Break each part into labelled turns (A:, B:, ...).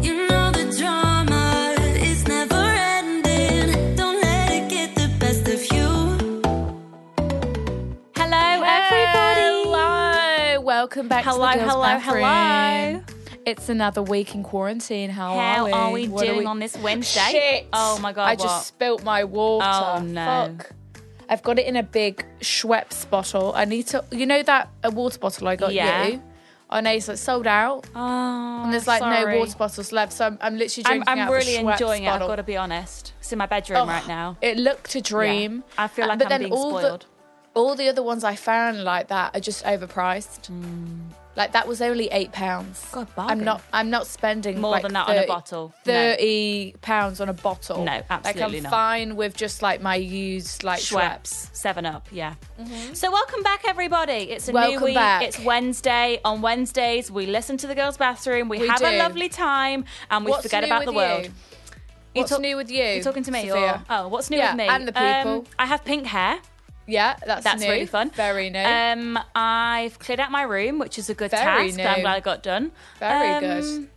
A: You know the drama is never ending. Don't let it get the best of you.
B: Hello, everybody.
C: Hello. Welcome back
B: Hello,
C: to the Girls
B: hello,
C: Bathroom. It's another week in quarantine. How,
B: How
C: are we?
B: are we
C: What
B: doing on this Wednesday?
C: Shit.
B: Oh my God,
C: I
B: what?
C: just spilt my water.
B: Oh, no.
C: Fuck. I've got it in a big Schweppes bottle. I need to you know that a water bottle I got
B: Yeah.
C: you? I know it's like sold out.
B: Oh,
C: and there's like
B: sorry.
C: no water bottles left, so I'm, I'm literally
B: I'm,
C: drinking
B: I'm
C: out of a
B: really
C: Schweppes
B: enjoying it.
C: bottle.
B: I've got to be honest. It's in my bedroom right now.
C: It looked a dream. Uh,
B: I feel like
C: but
B: I'm
C: then
B: being
C: all
B: spoiled.
C: The, all the other ones I found like that are just overpriced. Like that was only eight pounds. I'm
B: God, Hmm. bargain.
C: not. I'm not spending
B: More
C: like,
B: than that on a
C: 30
B: bottle. No.
C: Thirty pounds on a bottle.
B: No,
C: Like
B: absolutely
C: I'm
B: not.
C: fine with just like my used like Schweppes. Mm-hmm.
B: Seven Up, yeah. So welcome back, everybody. It's a new
C: Welcome
B: week.
C: back.
B: It's Wednesday. On Wednesdays, we listen to the girls' bathroom. We,
C: We
B: have
C: do.
B: a lovely time, and we
C: What's
B: forget
C: new
B: about
C: with
B: the world.
C: You?
B: You
C: What's
B: talk-
C: new with you?
B: You're talking to me. Or,
C: Sophia?
B: oh, what's new
C: Yeah,
B: with me?
C: and the
B: Um,
C: people.
B: I have pink hair.
C: yeah, that's
B: That's
C: new.
B: really fun.
C: Very new.
B: Um, I've cleared out my room, which is a good
C: Very
B: task. that I'm
C: new.
B: glad I got done.
C: Very
B: Um,
C: good.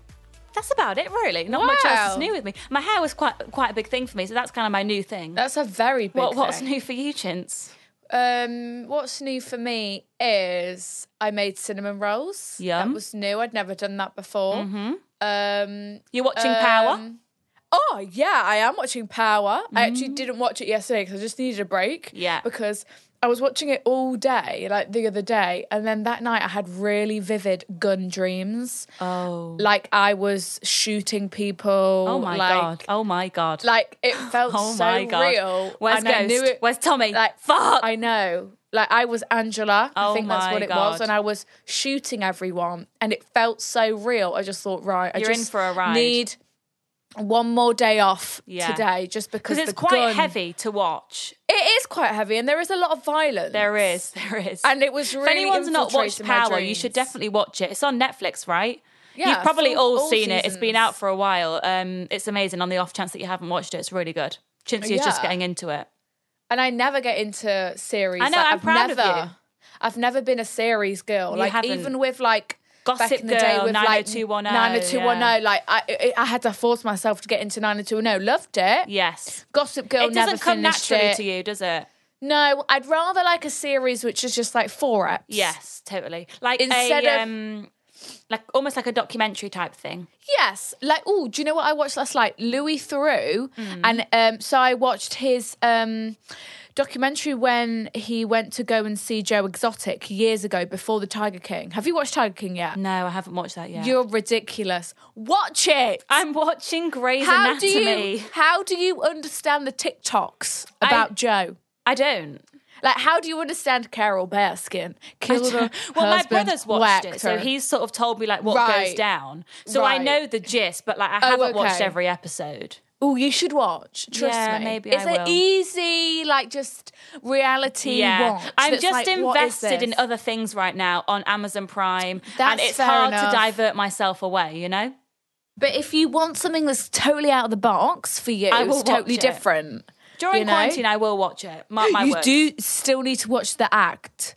B: That's about it, really. Not much else is
C: Wow.
B: new with me. My hair was quite quite a big thing for me, so that's kind of my new thing.
C: That's a very big.
B: what, what's
C: thing.
B: new for you, Chintz?
C: Um, what's new for me is I made cinnamon rolls.
B: Yum. Mm-hmm.
C: that was new. I'd never done that before. Um,
B: You're watching Power.
C: um, Oh yeah, I am watching Power. I actually didn't watch it yesterday because I just needed a break.
B: Mm. Yeah.
C: because I was watching it all day, like the other day, and then that night I had really vivid gun dreams.
B: Oh.
C: Like I was shooting people.
B: Oh my
C: like,
B: god. Oh my god.
C: Like it felt
B: oh
C: so
B: my god.
C: real.
B: Where's
C: and
B: Ghost?
C: I knew it.
B: Where's Tommy?
C: Like
B: fuck.
C: I know. Like I was Angela.
B: Oh
C: I think that's
B: my
C: what it
B: God.
C: was, and I was shooting everyone, and it felt so real. I just thought, right, I
B: You're in
C: just
B: for a ride.
C: Need one more day off
B: Yeah.
C: today, just because
B: Because
C: the
B: it's quite
C: gun-
B: heavy to watch.
C: It is quite heavy, and there is a lot of violence.
B: There is. There is.
C: And it was
B: if
C: really
B: anyone's not watched
C: infiltrating my
B: Power, you should
C: dreams.
B: definitely watch it. It's on Netflix, right?
C: Yeah,
B: You've probably
C: full-
B: all,
C: all
B: seen it. It's been
C: seasons.
B: out for a while. Um, it's amazing. On the off chance that you haven't watched it, it's really good. Chintzy is just
C: Yeah.
B: getting into it.
C: And I never get into series.
B: I know,
C: Like,
B: I'm
C: I've
B: proud of
C: never,
B: you.
C: I've never been a series girl.
B: You
C: like
B: haven't.
C: even with like
B: Gossip
C: back in the day
B: Girl,
C: with like
B: 90210,
C: 90210, Like I, I- I had to force myself to get into 90210. Loved it.
B: Yes.
C: Gossip Girl
B: it doesn't
C: never
B: come
C: finished
B: naturally
C: it.
B: to you, does it?
C: No, I'd rather like a series which is just like four eps.
B: Yes, totally. Like
C: Instead
B: a,
C: of-
B: um, like almost like a documentary type thing.
C: Yes. Like, oh, do you know what I watched last night? Louis Theroux.
B: Hmm.
C: And um, so I watched his um, documentary when he went to go and see Joe Exotic years ago before the Tiger King. Have you watched Tiger King yet?
B: No, I haven't watched that yet.
C: You're ridiculous. Watch it.
B: I'm watching Grey's
C: how do
B: Anatomy.
C: you how do you understand the TikToks about Joe?
B: I don't.
C: Like, how do you understand Carol Bearskin?
B: I
C: Killed her
B: don't- Well, my
C: husband,
B: brother's watched
C: whacked
B: it, so
C: her.
B: he's sort of told me like what goes
C: Right.
B: down. So I
C: Right.
B: know the gist, but like I
C: Oh,
B: haven't watched
C: okay.
B: every episode.
C: Oh, you should watch. Trust
B: Yeah,
C: me.
B: maybe
C: it's
B: I
C: an
B: will.
C: easy, like, just reality.
B: Yeah,
C: watch
B: I'm
C: that's
B: just
C: like, what is
B: invested in
C: this?
B: other things right now on Amazon Prime, and
C: That's
B: it's
C: fair
B: hard
C: enough.
B: to divert myself away. You know,
C: But if you want something that's totally out of the box for you,
B: I will
C: it's totally
B: watch it.
C: different.
B: during
C: You know?
B: quarantine, I will watch it. Mark my
C: you
B: words.
C: do still need to watch the act.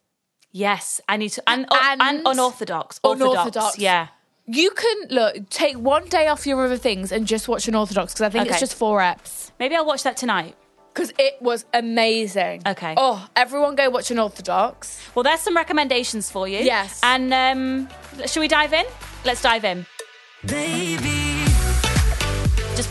B: Yes, I need to. And, uh, and,
C: And-
B: unorthodox. Orthodox.
C: Unorthodox.
B: Yeah.
C: You can look take one day off your other things and just watch an orthodox because I think
B: Okay.
C: it's just four eps.
B: Maybe I'll watch that tonight.
C: because it was amazing.
B: Okay.
C: Oh, everyone go watch Unorthodox.
B: Well, there's some recommendations for you.
C: Yes.
B: And um, should we dive in? Let's dive in.
A: Baby,
B: Just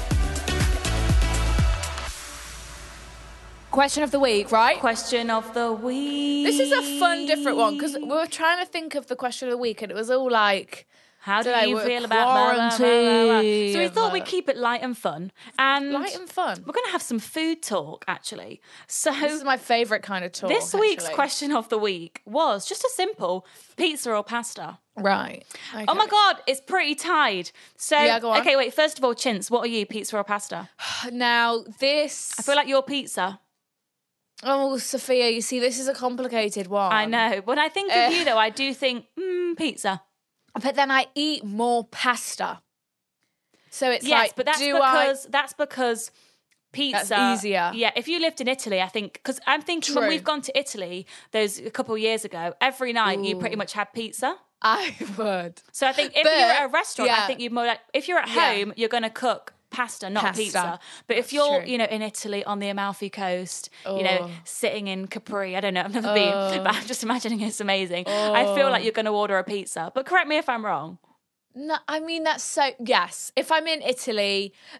C: Question of the week, right?
B: Question of the week.
C: This is a fun, different one because we were trying to think of the question of the week, and it was all like,
B: How do
C: Today
B: you
C: we're
B: feel about blah, blah, blah, blah, blah. So we thought we'd
C: quarantine.
B: keep it light and fun, and
C: Light and fun.
B: We're going to have some food talk actually. So
C: "This is my favorite kind of talk."
B: this week's
C: actually.
B: question of the week was just a simple pizza or pasta.
C: right? Okay.
B: Oh my god, it's pretty tied. So
C: Yeah, go on.
B: okay, wait. First of all, Chintz, what are you, pizza or pasta?
C: Now this,
B: I feel like you're pizza.
C: oh Sophia, you see, this is a complicated one.
B: I know. When I think
C: Eh.
B: of you though, I do think mm, pizza.
C: but then I eat more pasta, so it's
B: yes,
C: like,
B: but that's
C: do
B: because that's because pizza
C: easier.
B: Yeah, if you lived in Italy, I think because I'm thinking when
C: True.
B: we've gone to Italy those a couple of years ago, every night you pretty much had pizza.
C: I, I would
B: So I think if
C: But,
B: you're at a restaurant, I
C: yeah.
B: think you're more like if you're at
C: Yeah.
B: home, you're going to cook pasta, not
C: Pasta.
B: pizza. But if
C: That's
B: you're,
C: true. Oh.
B: you know, in Italy on the Amalfi Coast, you know, sitting in Capri, I don't know, I've never been, but I'm just imagining it's amazing. I feel
C: Oh.
B: like you're going to order a pizza. But correct me if I'm wrong.
C: No, I mean that's so yes. If I'm in Italy,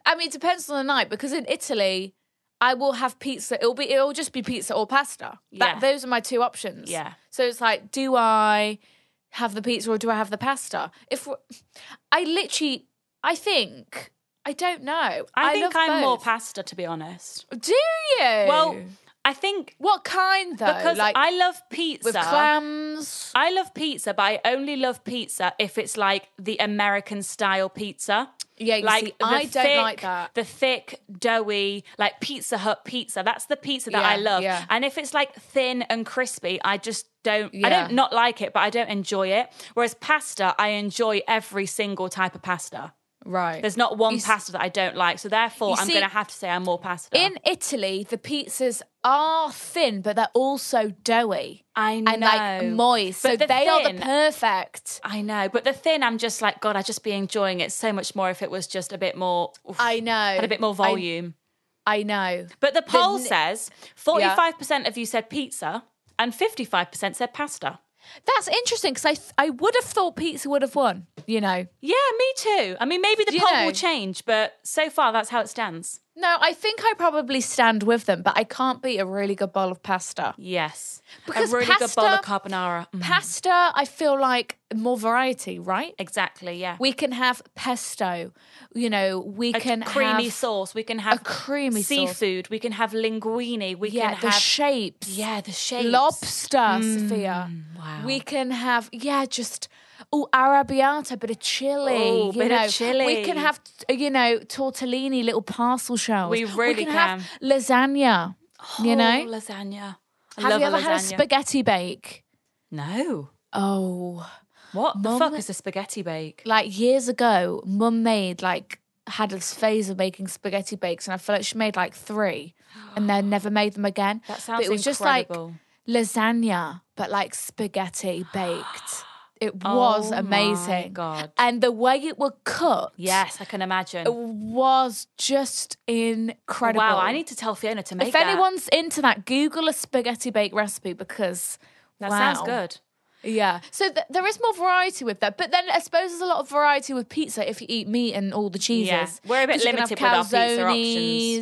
C: I mean it depends on the night because in Italy, I will have pizza. It'll be it'll just be pizza or pasta. That
B: Yeah.
C: those are my two options.
B: Yeah.
C: So it's like, do I have the pizza or do I have the pasta? If we're- I literally, I think I don't know. I,
B: I, think
C: love
B: I'm more
C: both.
B: pasta to be honest.
C: Do you?
B: Well, I think
C: what kind though?
B: because
C: like
B: I love pizza.
C: with clams.
B: I love pizza, but I only love pizza if it's like the American style pizza.
C: Yeah, you
B: like
C: see, I
B: the
C: don't
B: thick-
C: like that.
B: The thick, doughy, like Pizza Hut pizza. That's the pizza that I
C: Yeah,
B: love.
C: yeah.
B: And if it's like thin and crispy, I just don't. I
C: Yeah.
B: don't not like it, but I don't enjoy it. Whereas pasta, I enjoy every single type of pasta.
C: Right.
B: There's not one
C: You s-
B: pasta that I don't like. So therefore,
C: You
B: I'm
C: see,
B: going to have to say I'm more pasta.
C: In Italy, the pizzas are thin, but they're also doughy.
B: I
C: And like
B: know.
C: moist.
B: But
C: so
B: the
C: they are the
B: thin-
C: perfect.
B: I know, but the thin, I'm just like, God, I'd just be enjoying it so much more if it was just a bit more. oof,
C: I know.
B: Had a bit more
C: I-
B: volume.
C: I know.
B: but the poll
C: n-
B: says 45% of you said pizza and 55% said pasta.
C: That's interesting because I, th- I would have thought pizza would have won, you know.
B: Yeah, me too. I mean, maybe the
C: You
B: poll
C: know-
B: will change, but so far that's how it stands.
C: No, I think I probably stand with them, but I can't beat a really good bowl of pasta.
B: Yes.
C: Because
B: a really good bowl of
C: pasta-
B: carbonara. Mm,
C: Pasta, I feel like more variety, right?
B: Exactly, yeah.
C: We can have pesto, you know, we
B: a
C: can
B: creamy
C: have
B: sauce. We can have
C: creamy sauce.
B: seafood. We can have linguine. We
C: yeah,
B: can
C: the
B: have
C: shapes.
B: yeah, the shapes. Mm.
C: Lobster, Sophia.
B: wow.
C: We can have, yeah, just, oh, arabiata, bit of chili.
B: Ooh,
C: you
B: bit of
C: know. We
B: chili.
C: can have, you know, tortellini, little parcel shells.
B: We really
C: can, have
B: can.
C: lasagna, you know.
B: Oh, lasagna. I
C: have
B: love
C: you ever
B: a lasagna.
C: had a spaghetti bake?
B: No.
C: Oh,
B: What the
C: Mum-
B: fuck is a spaghetti bake?
C: like years ago, mum made like had this phase of making spaghetti bakes, and I feel like she made like three, and then never made them again.
B: That
C: But
B: sounds
C: it was
B: incredible.
C: just like lasagna, but like spaghetti baked. It was
B: Oh my
C: amazing,
B: God.
C: and the way it was cooked,
B: Yes, I can imagine.
C: was just incredible.
B: Wow, I need to tell Fiona to make
C: If
B: that.
C: anyone's into that, Google a spaghetti bake recipe because
B: that
C: wow.
B: sounds good.
C: Yeah. So th- there is more variety with that. But then I suppose there's a lot of variety with pizza if you eat meat and all the cheeses.
B: Yeah. We're a bit
C: 'Cause you can have
B: limited with our pizza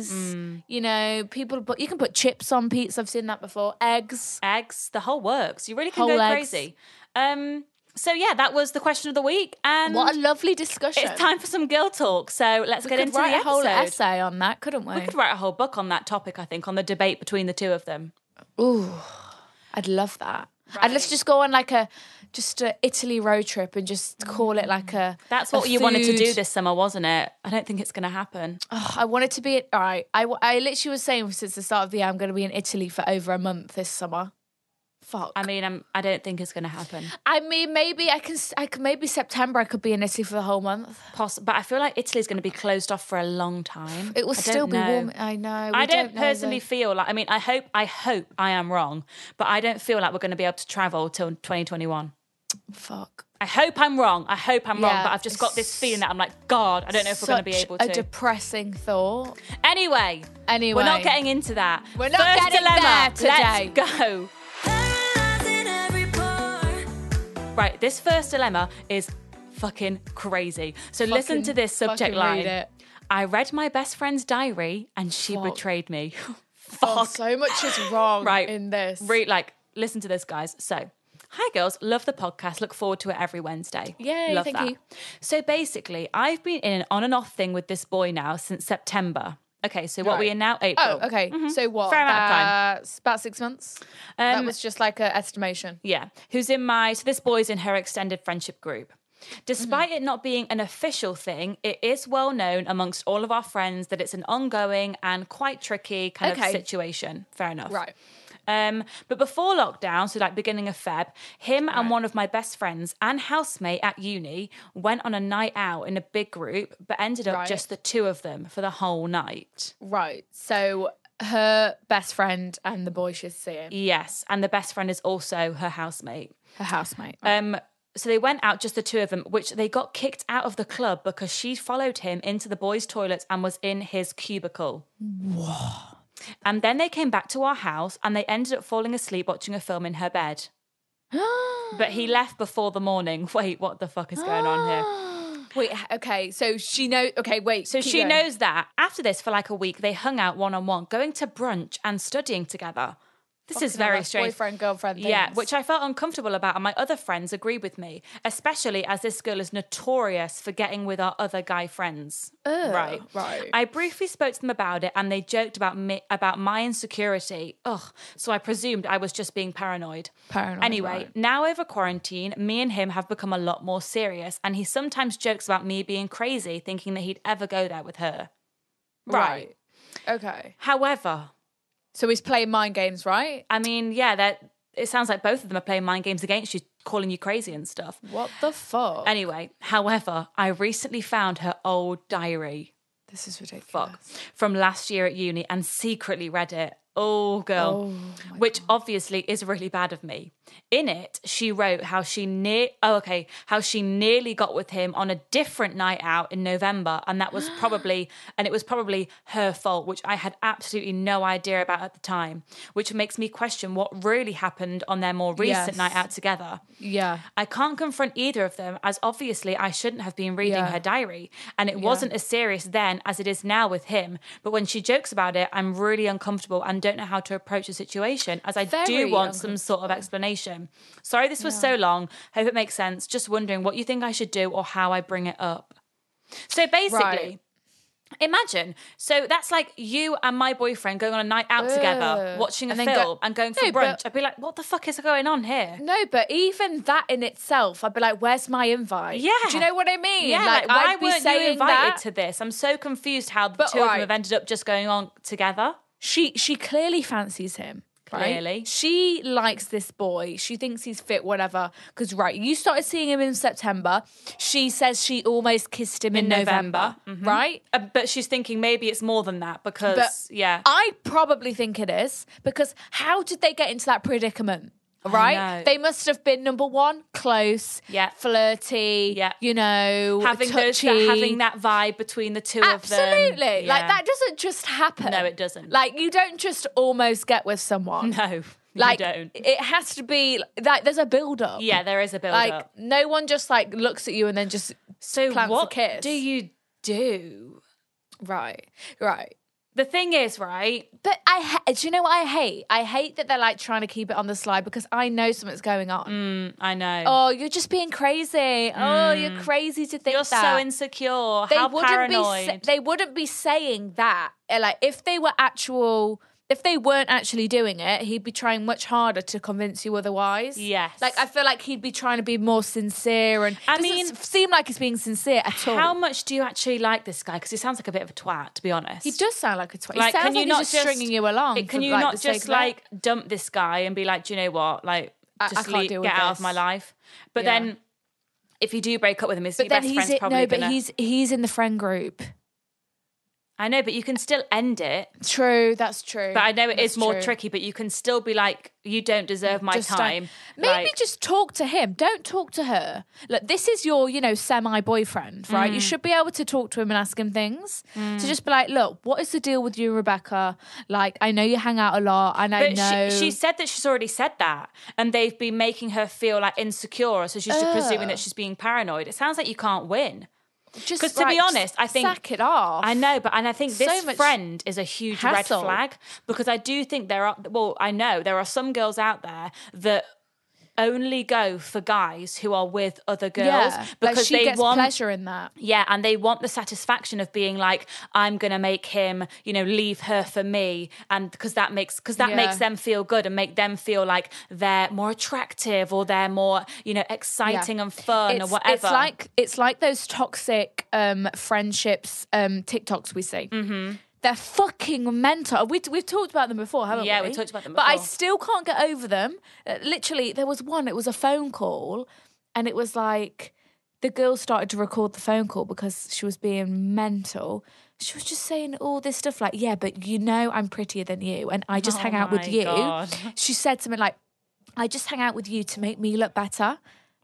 B: options. Mm.
C: calzones, You know, people put, you can put chips on pizza. I've seen that before. Eggs.
B: Eggs, the whole works. You really can
C: Whole
B: go
C: eggs.
B: crazy. Um, so yeah, that was the question of the week, and
C: What a lovely discussion.
B: it's time for some girl talk. So let's
C: we
B: get
C: could
B: into
C: write
B: the
C: a whole
B: episode.
C: essay on that, couldn't we?
B: we could write a whole book on that topic. I think on the debate between the two of them.
C: Ooh, I'd love that. I'd let's just go on like a just a Italy road trip and just call it like a.
B: Mm. That's
C: a
B: what you wanted to do
C: food-
B: this summer, wasn't it? I don't think it's going to happen.
C: Oh, I wanted to be all right. I, w- I literally was saying since the start of the year, I'm going to be in Italy for over a month this summer. Fuck.
B: I mean, I'm, I don't think it's going to happen.
C: I mean, maybe I can. s- I could maybe September. I could be in Italy for the whole month.
B: Poss- but I feel like Italy's going to be closed off for a long time.
C: It will
B: I don't
C: still be
B: know.
C: warm. I know. we
B: I don't,
C: know,
B: personally
C: though.
B: feel like. I mean, I hope. I hope I am wrong, but I don't feel like we're going to be able to travel till 2021.
C: Fuck.
B: I hope I'm wrong. I hope I'm wrong,
C: Yeah,
B: but I've just got this
C: it's
B: feeling that I'm like, God, I don't know if we're going to be
C: Such
B: able to.
C: A depressing thought.
B: anyway,
C: Anyway.
B: we're not getting into that.
C: We're not
B: First
C: getting
B: dilemma.
C: there today.
B: Let's go.
A: Paralyzed in every pore.
B: Right, this first dilemma is fucking crazy. So listen
C: Fucking-
B: to this
C: fucking
B: subject line.
C: read it.
B: I read my best friend's diary and she betrayed me.
C: Oh,
B: Fuck.
C: so much is wrong
B: right.
C: in this.
B: Re- like, listen to this, guys. So, hi girls, love the podcast. Look forward to it every Wednesday.
C: Yay,
B: love
C: thank
B: that.
C: you.
B: So basically, I've been in an on and off thing with this boy now since September. Okay, so what we are now April.
C: oh, okay. So what?
B: Mm-hmm. Fair amount of time.
C: That's about six months.
B: Um,
C: that was just like an estimation.
B: Yeah, who's in my so this boy's in her extended friendship group. Despite it not being an official thing, it is well known amongst all of our friends that it's an ongoing and quite tricky kind of
C: Okay.
B: situation. Fair enough.
C: Right.
B: Um, but before lockdown, so like beginning of Feb, him and one of my best friends and housemate at uni went on a night out in a big group, but ended up
C: Right.
B: just the two of them for the whole night.
C: Right. So her best friend and the boy she's seeing,
B: Yes. And the best friend is also her housemate.
C: her housemate.
B: Um, so they went out, just the two of them, which they got kicked out of the club because she followed him into the boys' toilets and was in his cubicle. What? And then they came back to our house and they ended up falling asleep watching a film in her bed. but he left before the morning. Wait, what the fuck is going on here?
C: Wait. Okay. So she knows. Okay. Wait.
B: So she knows that. After this, for like a week, they hung out one on one, going to brunch and studying together. This is very strange.
C: Boyfriend, girlfriend.
B: Yeah,
C: things.
B: which I felt uncomfortable about, and my other friends agree with me, especially as this girl is notorious for getting with our other guy friends. right,
C: right.
B: I briefly spoke to them about it, and they joked about me about my insecurity. Ugh. So I presumed I was just being paranoid.
C: Paranoid,
B: Anyway,
C: right.
B: now over quarantine, me and him have become a lot more serious, and he sometimes jokes about me being crazy, thinking that he'd ever go there with her.
C: Right. Okay.
B: However,
C: So he's playing mind games, right?
B: I mean, yeah, that it sounds like both of them are playing mind games against you, calling you crazy and stuff.
C: What the fuck?
B: Anyway, however, I recently found her old diary
C: this is ridiculous.
B: fuck from last year at uni and secretly read it. Oh, girl. Which obviously is really bad of me. In it, she wrote how she near oh okay, how she nearly got with him on a different night out in November and that was probably and it was probably her fault which I had absolutely no idea about at the time, which makes me question what really happened on their more recent
C: Yes.
B: night out together.
C: Yeah.
B: I can't confront either of them as obviously I shouldn't have been reading
C: Yeah.
B: her diary. And it wasn't as serious then as it is now with him. But when she jokes about it, I'm really uncomfortable and don't know how to approach the situation as I do
C: Very
B: want some sort of explanation. Sorry this was so long. Hope it makes sense. Just wondering what you think I should do or how I bring it up. So basically,
C: Right.
B: Imagine. So that's like you and my boyfriend going on a night out together,
C: Ugh.
B: watching a
C: And
B: film
C: then go-
B: and going for
C: No, but-
B: brunch. I'd be like, what the fuck is going on here?
C: No, but even that in itself, I'd be like, "Where's my invite?"
B: Yeah.
C: Do you know what I mean?
B: Yeah, like, why weren't you invited
C: that.
B: to this? I'm so confused how the
C: But,
B: two of them
C: right.
B: have ended up just going on together.
C: she she clearly fancies him. Right?
B: Clearly.
C: She likes this boy. She thinks he's fit, whatever. Because, right, you started seeing him in September. She says she almost kissed him in, November, right?
B: Uh, but she's thinking maybe it's more than that because, yeah.
C: I probably think it is because how did they get into that predicament?
B: know.
C: Right? They must have been number one, close,
B: Yeah.
C: flirty,
B: Yeah.
C: you know,
B: having, those,
C: touchy.
B: that, having that vibe between the two of them.
C: Absolutely. Like
B: Yeah.
C: that doesn't just happen.
B: No, it doesn't.
C: Like you don't just almost get with someone.
B: No, you
C: Like
B: don't.
C: it has to be like there's a build up.
B: Yeah, there is a build
C: Like
B: up.
C: no one just like looks at you and then just
B: So
C: plants a
B: what
C: kiss.
B: do you do?
C: right, right.
B: The thing is, right?
C: But I ha- do you know what I hate? I hate that they're like trying to keep it on the slide because I know something's going on.
B: I know.
C: Oh, you're just being crazy. Oh, you're crazy to think
B: Mm. You're
C: that.
B: so insecure.
C: they
B: How
C: wouldn't
B: paranoid.
C: eh, be sa- they wouldn't be saying that Uh, like if they were actual if they weren't actually doing it, he'd be trying much harder to convince you otherwise.
B: Yes.
C: Like I feel like he'd be trying to be more sincere and
B: I
C: I mean
B: mean-
C: seem like he's being sincere at all.
B: How much do you actually like this guy? Because he sounds like a bit of a twat, to be honest.
C: he does sound like a twat. he
B: Like,
C: sounds
B: can
C: like
B: you
C: he's
B: not
C: just stringing you along.
B: Can
C: for,
B: you
C: like, the
B: not
C: sake
B: just
C: of it.
B: like dump this guy and be like, do you know what? Like,
C: I- I
B: just
C: can't
B: leave-
C: deal
B: get
C: with
B: out of
C: this."
B: my life. But
C: Yeah.
B: then, if you do break up with him, his
C: But
B: new
C: then
B: best
C: he's
B: friend's
C: in,
B: probably
C: no, but
B: gonna-
C: he's he's in the friend group.
B: I know, but you can still end it.
C: True, that's true.
B: But I know it
C: That's
B: is more
C: true.
B: tricky. But you can still be like, you don't deserve my
C: Just don't-
B: time.
C: Maybe
B: Like-
C: just talk to him. Don't talk to her. Look, this is your, you know, semi boyfriend, right?
B: Mm.
C: You should be able to talk to him and ask him things. So just be like, look, what is the deal with you, and Rebecca? Like, I know you hang out a lot, and I
B: But
C: know
B: she, she said that she's already said that, and they've been making her feel like insecure, so she's just presuming that she's being paranoid. It sounds like you can't win.
C: just
B: Because to be
C: like,
B: honest, I think
C: sack it off.
B: I know, but and I think
C: So
B: this
C: much
B: friend is a huge
C: hassle.
B: red flag because I do think there are. Well, I know there are some girls out there that only go for guys who are with other girls
C: yeah,
B: because
C: like she
B: they
C: gets
B: want
C: pleasure in that.
B: yeah, and they want the satisfaction of being like, I'm gonna make him, you know, leave her for me, and because that makes because that
C: Yeah.
B: makes them feel good and make them feel like they're more attractive or they're more, you know, exciting
C: Yeah.
B: and fun
C: it's,
B: or whatever.
C: It's like it's like those toxic um, friendships um, TikToks we see.
B: Mm-hmm.
C: They're fucking mental. We, we've talked about them before, haven't
B: Yeah,
C: we?
B: we talked about them
C: But I
B: before.
C: still can't get over them. Uh, literally, there was one. It was a phone call, and it was like the girl started to record the phone call because she was being mental. She was just saying all this stuff like, "Yeah, but you know, I'm prettier than you, and I just
B: Oh
C: hang out
B: my
C: with you."
B: God.
C: She said something like, I just hang out with you to make me look better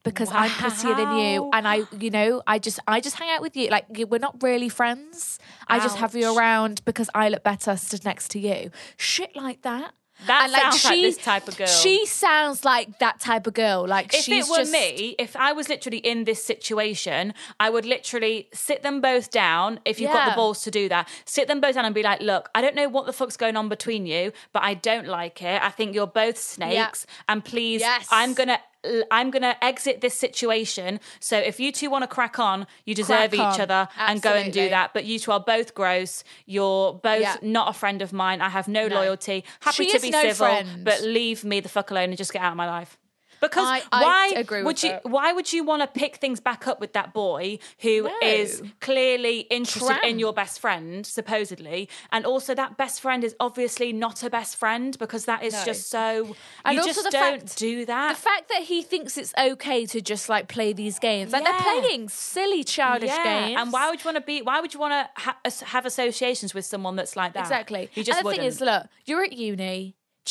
C: because I'm prettier than you
B: Wow.
C: and I you know I just I just hang out with you like you- we're not really friends I just have you
B: Ouch.
C: around because I look better stood next to you shit like that
B: That sounds like this type of girl.
C: she sounds like that type of girl like
B: if
C: she's
B: it were
C: just,
B: me, if I was literally in this situation, I would literally sit them both down. If you've got
C: Yeah.
B: the balls to do that, sit them both down and be like, "Look, I don't know what the fuck's going on between you, but I don't like it. I think you're both snakes, and please,
C: Yes.
B: I'm gonna." I'm gonna exit this situation. So if you two want to crack on, you deserve
C: Crack
B: each
C: on.
B: other and go and do
C: Absolutely.
B: that. But you two are both gross. You're both
C: Yeah.
B: not a friend of mine. I have no, loyalty. Happy
C: She
B: to
C: is
B: be
C: no
B: civil,
C: friend.
B: but leave me the fuck alone and just get out of my life. Because
C: I- I
B: why
C: agree with
B: would you?
C: that.
B: Why would you want to pick things back up with that boy who
C: No.
B: is clearly interested in
C: Tramp.
B: your best friend, supposedly, and also that best friend is obviously not a best friend because that is
C: No.
B: just so.
C: And
B: you
C: also
B: just
C: the
B: don't
C: fact-
B: do that.
C: the fact that he thinks it's okay to just like play these games like
B: Yeah.
C: they're playing silly childish games
B: and why would you want to be? Why would you want to ha- as- have associations with someone that's like that?
C: Exactly.
B: You just
C: and the thing is,
B: wouldn't.
C: look, you're at uni.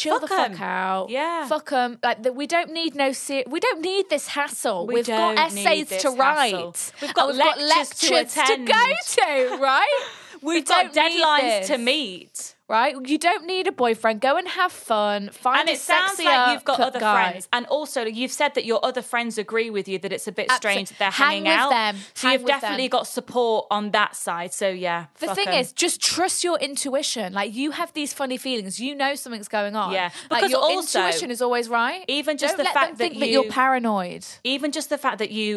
C: Chill
B: Fuck
C: the
B: 'em.
C: fuck out.
B: Yeah.
C: Fuck them. Like the, we don't need no. Ser- we don't need this hassle.
B: We
C: have got
B: don't need
C: essays
B: this
C: to write.
B: hassle. We've got
C: and
B: lectures to attend.
C: go to. Right. We
B: We've got
C: don't need
B: deadlines
C: this,
B: to meet.
C: Right. You don't need a boyfriend. Go and have fun. Find
B: and
C: a
B: it sounds
C: sexier
B: like you've got
C: cu-
B: other
C: guy.
B: friends and also you've said that your other friends agree with you that it's a bit
C: Absol-
B: strange that they're
C: Hang
B: hanging
C: with
B: out
C: them.
B: so
C: Hang
B: you've
C: with
B: definitely
C: them.
B: got support on that side so yeah
C: The
B: fuck
C: thing
B: 'em.
C: is, just trust your intuition. Like you have these funny feelings, you know something's going on.
B: Yeah,
C: like
B: because
C: your
B: also,
C: intuition is always right.
B: even just
C: Don't
B: the
C: let
B: fact
C: them
B: that
C: think that you're
B: you-
C: paranoid.
B: even just the fact that you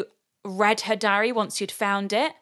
B: read her diary once you'd found it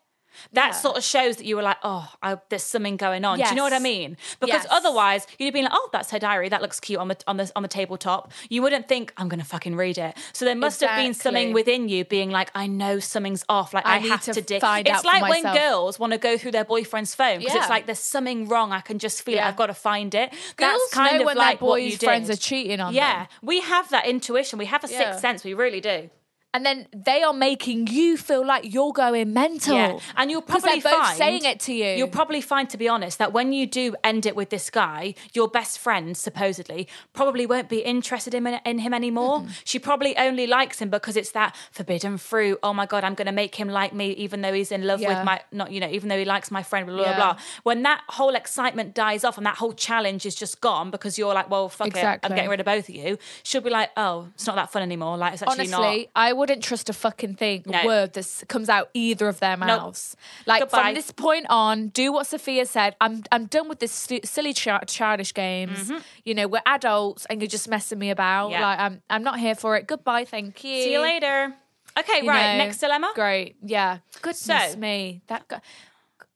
B: that sort of shows that you were like, oh, I, there's something going on. Do you know what I
C: Yes.
B: mean? Because
C: Yes.
B: otherwise, you'd be like, oh, that's her diary. That looks cute on the on the on the tabletop. You wouldn't think I'm going to fucking read it. So there must have been something
C: Exactly.
B: within you being like, I know something's off. Like I,
C: I need
B: have
C: to
B: to dig.
C: find
B: it's
C: out for
B: like when
C: myself.
B: girls want to go through their boyfriend's phone because
C: Yeah.
B: it's like there's something wrong. I can just feel it.
C: Yeah.
B: I've got to find it.
C: Girls
B: that's kind
C: know
B: of
C: when their
B: like what you
C: boys' friends
B: did.
C: are cheating on
B: Yeah,
C: them.
B: we have that intuition. We have a
C: Yeah.
B: sixth sense. We really do.
C: and then they are making you feel like you're going mental.
B: Yeah, and you'll
C: 'Cause
B: probably
C: they're both
B: find-
C: saying it to you.
B: You'll probably find, to be honest, that when you do end it with this guy, your best friend supposedly probably won't be interested in, in him anymore. She probably only likes him because it's that forbidden fruit. Oh my god, I'm going to make him like me, even though he's in love
C: Yeah.
B: with my not you know, even though he likes my friend. Blah blah
C: Yeah.
B: blah. When that whole excitement dies off and that whole challenge is just gone because you're like, well, fuck it,
C: Exactly.
B: I'm getting rid of both of you. She'll be like, oh, it's not that fun anymore. Like it's actually
C: Honestly,
B: not.
C: I wouldn't trust a fucking thing
B: No.
C: word that comes out either of their mouths. Like
B: Goodbye.
C: from this point on, do what Sophia said. I'm I'm done with this stu- silly chi- childish games. You know, we're adults and you're just messing me about.
B: Mm-hmm. Yeah.
C: Like I'm I'm not here for it. Goodbye, thank you.
B: See you later. Okay,
C: You
B: right.
C: know,
B: next dilemma.
C: Great. Yeah. Goodness
B: So-
C: me. That guy.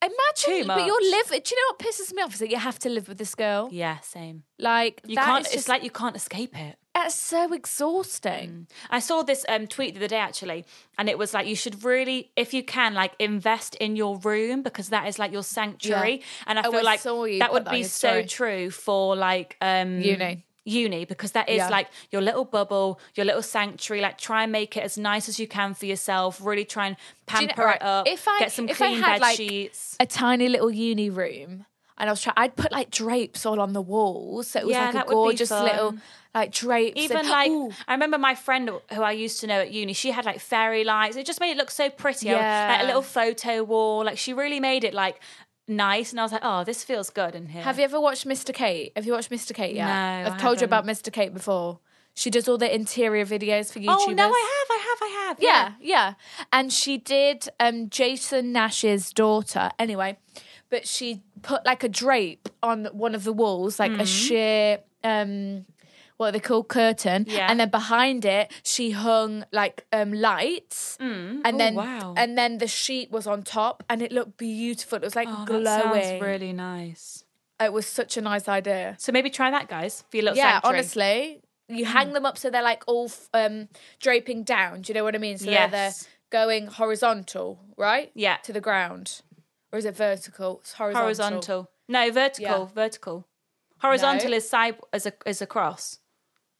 C: Imagine,
B: Too
C: but you're
B: much.
C: living. Do you know what pisses me off is that you have to live with this girl.
B: Yeah, same.
C: Like
B: You
C: that
B: can't.
C: is
B: It's
C: just
B: like you can't escape it.
C: that's so exhausting.
B: I saw this um, tweet the other day actually, and it was like you should really, if you can, like invest in your room because that is like your sanctuary.
C: Yeah.
B: And I
C: Oh,
B: feel
C: I
B: like
C: saw you
B: that
C: put
B: would
C: that on
B: be
C: your
B: so
C: story.
B: true for like um,
C: Uni.
B: uni because that is
C: Yeah.
B: like your little bubble, your little sanctuary. Like try and make it as nice as you can for yourself. Really try and
C: Do
B: pamper
C: you know-
B: it
C: right,
B: up.
C: If I
B: get some
C: if
B: clean
C: I had
B: bed
C: like
B: sheets.
C: a tiny little uni room, and I was trying, I'd put like drapes all on the walls, so it was
B: Yeah,
C: like
B: that
C: a
B: would be
C: gorgeous little
B: fun.
C: like drapes. and-
B: Even like
C: Ooh.
B: I remember my friend who I used to know at uni, she had like fairy lights. It just made it look so pretty. I- Like
C: Yeah.
B: a little photo wall. Like she really made it like nice. And I was like, oh, this feels good in here.
C: Have you ever watched Mr. Kate? Have you watched Mr. Kate yet?
B: No,
C: I've
B: I
C: told you about
B: haven't.
C: Mr. Kate before. She does all the interior videos for YouTubers.
B: Oh no, I have, I have, I have.
C: Yeah, yeah. And she did um Jason Nash's daughter. Anyway, but she put like a drape on one of the walls, like a
B: Mm.
C: sheer um what are they called curtain
B: Yeah.
C: and then behind it she hung like um lights and then
B: Mm. Oh, wow.
C: and then the sheet was on top and it looked beautiful it was like
B: Oh,
C: glowing
B: that sounds really nice.
C: it was such a nice idea
B: So maybe try that, guys, for your little
C: yeah,
B: sanctuary. Mm.
C: honestly, you hang them up so they're like all f- um draping down. Do you know what I mean? So they're-
B: Yes.
C: they're going horizontal, right?
B: Yeah.
C: to the ground, or is it vertical? It's horizontal.
B: horizontal. No, vertical,
C: Yeah.
B: vertical. Horizontal
C: No.
B: is side is a is a cross.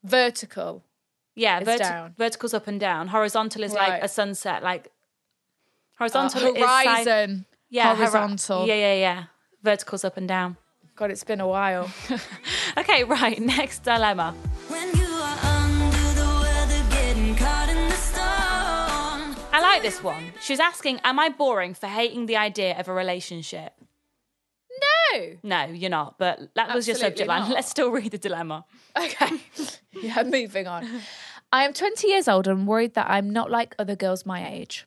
C: Vertical.
B: Yeah,
C: It's
B: verti-
C: down.
B: vertical's up and down. Horizontal is like
C: Right.
B: a sunset, like
C: Uh,
B: horizontal is side-
C: horizon.
B: yeah, hori-
C: horizontal.
B: yeah, yeah, yeah. Vertical's up and down.
C: God, it's been a while.
B: Okay, right. Next dilemma.
A: When you are under the weather, getting caught in the storm.
B: I like this one. She's asking, "Am I boring for hating the idea of a relationship?"
C: no.
B: No, you're not. But that was your
C: Absolutely
B: subject line.
C: not.
B: Let's still read the dilemma.
C: Okay. yeah, moving on. I am 20 years old and worried that I'm not like other girls my age.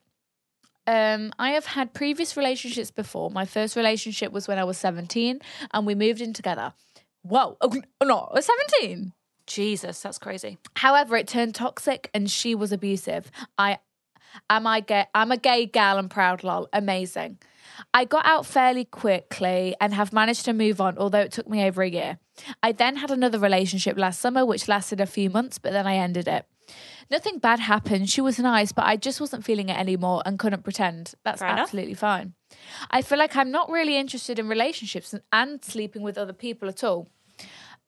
C: Um, I have had previous relationships before. My first relationship was when I was 17 and we moved in together. Whoa, oh, no, I was 17.
B: Jesus, that's crazy.
C: However, it turned toxic and she was abusive. I am I gay I'm a gay gal and proud lol. Amazing. I got out fairly quickly and have managed to move on, although it took me over a year. I then had another relationship last summer, which lasted a few months, but then I ended it. Nothing bad happened. She was nice, but I just wasn't feeling it anymore and couldn't pretend. That's
B: Fair enough.
C: absolutely fine. I feel like I'm not really interested in relationships and- and sleeping with other people at all.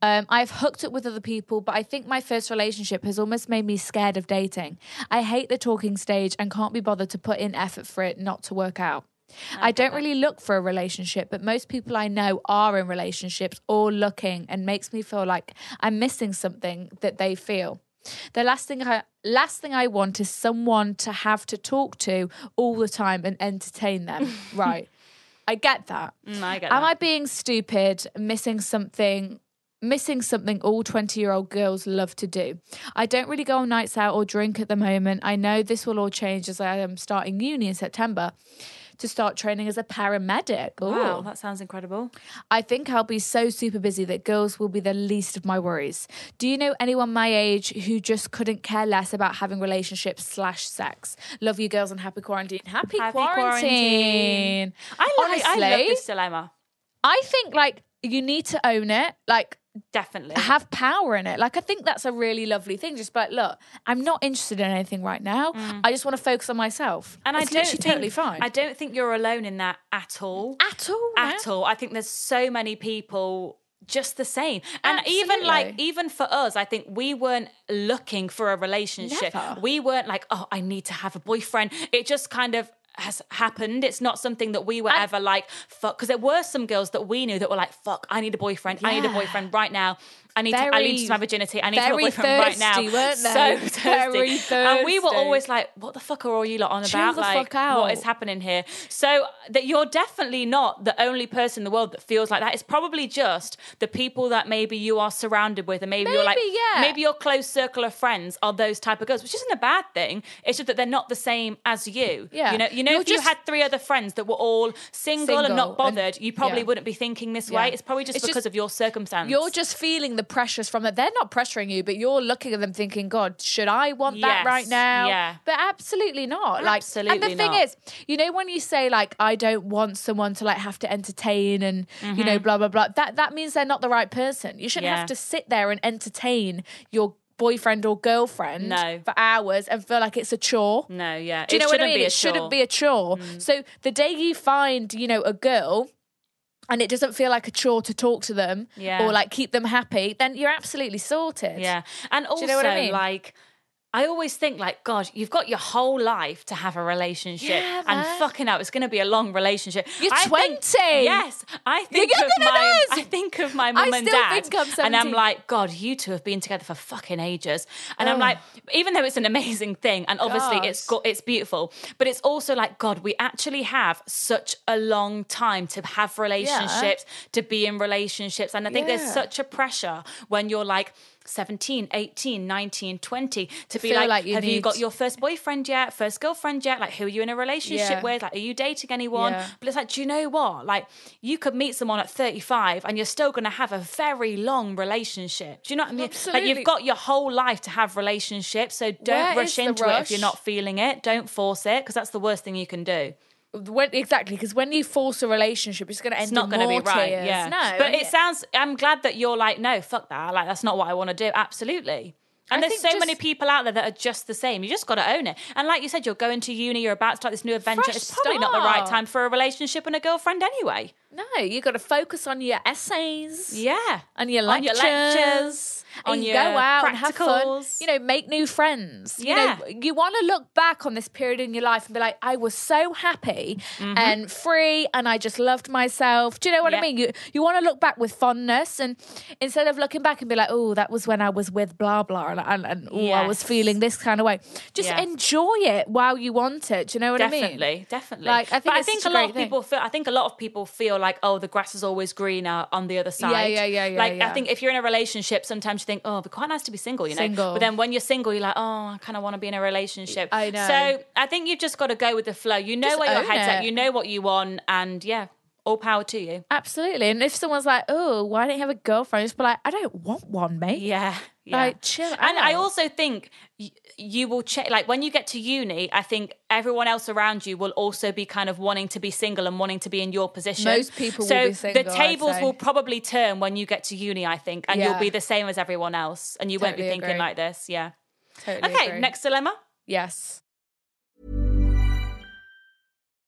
C: Um, I've hooked up with other people, but I think my first relationship has almost made me scared of dating. I hate the talking stage and can't be bothered to put in effort for it not to work out. I don't really look for a relationship, but most people I know are in relationships or looking and makes me feel like I'm missing something that they feel. The last thing I last thing I want is someone to have to talk to all the time and entertain them. right. I get that.
B: Mm, I get
C: Am
B: that.
C: I being stupid, missing something, missing something all 20 year old girls love to do? I don't really go on nights out or drink at the moment. I know this will all change as I am starting uni in September to start training as a paramedic. Ooh.
B: Wow, that sounds incredible.
C: I think I'll be so super busy that girls will be the least of my worries. Do you know anyone my age who just couldn't care less about having relationships slash sex? Love you girls and happy quarantine. Happy,
B: Happy
C: quarantine.
B: quarantine. I like.
C: Honestly,
B: I love this dilemma.
C: I think like you need to own it. Like
B: Definitely.
C: have power in it. Like I think that's a really lovely thing. Just like, look, I'm not interested in anything right now. I just want to focus on myself.
B: Mm. and
C: it's
B: I don't
C: literally
B: think,
C: totally fine.
B: I don't think you're alone in that at all.
C: at all.
B: At all. I think there's so many people just the same. And even like
C: Absolutely.
B: even for us, I think we weren't looking for a relationship.
C: Never.
B: We weren't like, oh, I need to have a boyfriend. It just kind of has happened. It's not something that we were ever like, fuck. Because there were some girls that we knew that were like, fuck, I need a boyfriend. I need a
C: Yeah.
B: boyfriend right now. I need to I
C: Very-
B: need to lose my virginity. I need to have a
C: very
B: boyfriend right now.
C: thirsty, weren't
B: So
C: they?
B: thirsty.
C: Very
B: And we were
C: thirsty.
B: always like, what the fuck are all you lot on
C: Chill
B: about?
C: the
B: like,
C: fuck out.
B: what is happening here? So uh, that you're definitely not the only person in the world that feels like that. It's probably just the people that maybe you are surrounded with, and maybe, you're like,
C: Maybe, yeah.
B: maybe your close circle of friends are those type of girls, which isn't a bad thing. It's just that they're not the same as you.
C: Yeah.
B: you know, you're You know,
C: You're
B: if
C: just-
B: you had three other friends that were all single, and
C: Single
B: not
C: and-
B: bothered, you probably
C: yeah.
B: wouldn't be thinking this
C: Yeah.
B: way. It's probably just
C: It's
B: because
C: just-
B: of your circumstance.
C: You're just feeling the pressures from that. They're not pressuring you, but you're looking at them thinking, God, should I want that
B: Yes,
C: right now?
B: yeah.
C: But absolutely not. like,
B: Absolutely
C: and the thing
B: not.
C: is, you know, when you say like, I don't want someone to like have to entertain and you know, blah blah blah. That that means they're not the right person. You shouldn't
B: Mm-hmm. Yeah.
C: have to sit there and entertain your boyfriend or girlfriend
B: No.
C: for hours and feel like it's a chore.
B: no, yeah.
C: Do you
B: It
C: know what I
B: shouldn't
C: mean?
B: be a
C: It shouldn't
B: chore. Mm.
C: be a chore. So the day you find, you know, a girl and it doesn't feel like a chore to talk to them
B: Yeah.
C: or like keep them happy, then you're absolutely sorted.
B: Yeah. And also,
C: you know what I mean?
B: like, I always think, like, God, you've got your whole life to have a relationship.
C: Yeah, man.
B: And fucking out, it's going to be a long relationship.
C: You're
B: I
C: 20.
B: Think, yes. I think
C: younger
B: of
C: than
B: my,
C: us.
B: I think of my mum and
C: still
B: dad.
C: think I'm
B: and I'm
C: 17.
B: like, God, you two have been together for fucking ages. And I'm like, even though it's an amazing thing, and obviously it's
C: Gosh.
B: go- it's beautiful, but it's also like, God, we actually have such a long time to have relationships, to be in relationships. And I think
C: Yeah.
B: there's such a pressure when you're like 17, 18, 19, 20 to be
C: feel
B: like,
C: like you
B: have you
C: need-
B: got your first boyfriend yet? First girlfriend yet? Like, who are you in a relationship
C: Yeah.
B: with? Like, are you dating anyone?
C: Yeah.
B: But it's like, do you know what? Like, you could meet someone at 35 and you're still going to have a very long relationship. Do you know what I mean? Like,
C: Absolutely.
B: you've got your whole life to have relationships. So don't
C: Where is
B: rush
C: the
B: into it if you're
C: rush?
B: not feeling it. Don't force it because that's the worst thing you can do.
C: When, exactly, because when you force a relationship, it's going to end
B: It's not
C: going
B: going to
C: to
B: be right.
C: Tears.
B: Yeah.
C: No.
B: But it sounds, I'm glad that you're like, no, fuck that. Like, that's not what I want to do. Absolutely. And
C: I
B: there's so
C: think
B: many
C: just-
B: people out there that are just the same. You just got to own it. And like you said, you're going to uni, you're about to start this new adventure.
C: Fresh
B: it's probably not the right
C: start.
B: time for a relationship and a girlfriend anyway.
C: No, you got to focus on your essays.
B: Yeah.
C: On your
B: On your
C: lectures.
B: lectures,
C: And
B: on
C: you
B: your
C: go out and have fun.
B: practicals.
C: You know, make new friends.
B: Yeah.
C: You know, you want to look back on this period in your life and be like, I was so happy and free and I just loved myself. Do you know what I
B: Mm-hmm. Yeah.
C: mean? You you want to look back with fondness and instead of looking back and be like, oh, that was when I was with blah blah and, and, and oh, I was
B: Yes.
C: feeling this kind of way. Just
B: Yes.
C: enjoy it while you want it. Do you know what I mean?
B: definitely, definitely.
C: Like, I think
B: but I
C: it's
B: think
C: such a
B: a lot
C: great
B: of
C: thing.
B: people feel. I think a lot of people feel like, oh, the grass is always greener on the other side.
C: yeah, yeah, yeah,
B: Like,
C: yeah.
B: I think if you're in a relationship, sometimes you think, oh, it'd be quite nice to be single, you know.
C: Single.
B: But then when you're single, you're like, oh, I kind of want to be in a relationship.
C: I know.
B: So I think you've just got to go with the flow. You know
C: Just
B: where your
C: own
B: head's at.
C: it.
B: You know what you want, and yeah, all power to you.
C: Absolutely. And if someone's like, oh, why don't you have a girlfriend? Just be like, I don't want one, mate.
B: Yeah. yeah.
C: Like, chill
B: And I
C: out.
B: also think y- you will check, like, when you get to uni, I think everyone else around you will also be kind of wanting to be single and wanting to be in your position.
C: Most people
B: so
C: will be single,
B: The
C: I'd
B: tables
C: say.
B: will probably turn when you get to uni, I think, and
C: Yeah.
B: you'll be the same as everyone else. And you won't be
C: Totally
B: thinking
C: agree.
B: like this. Yeah.
C: Totally
B: okay.
C: agree.
B: Next dilemma.
C: Yes.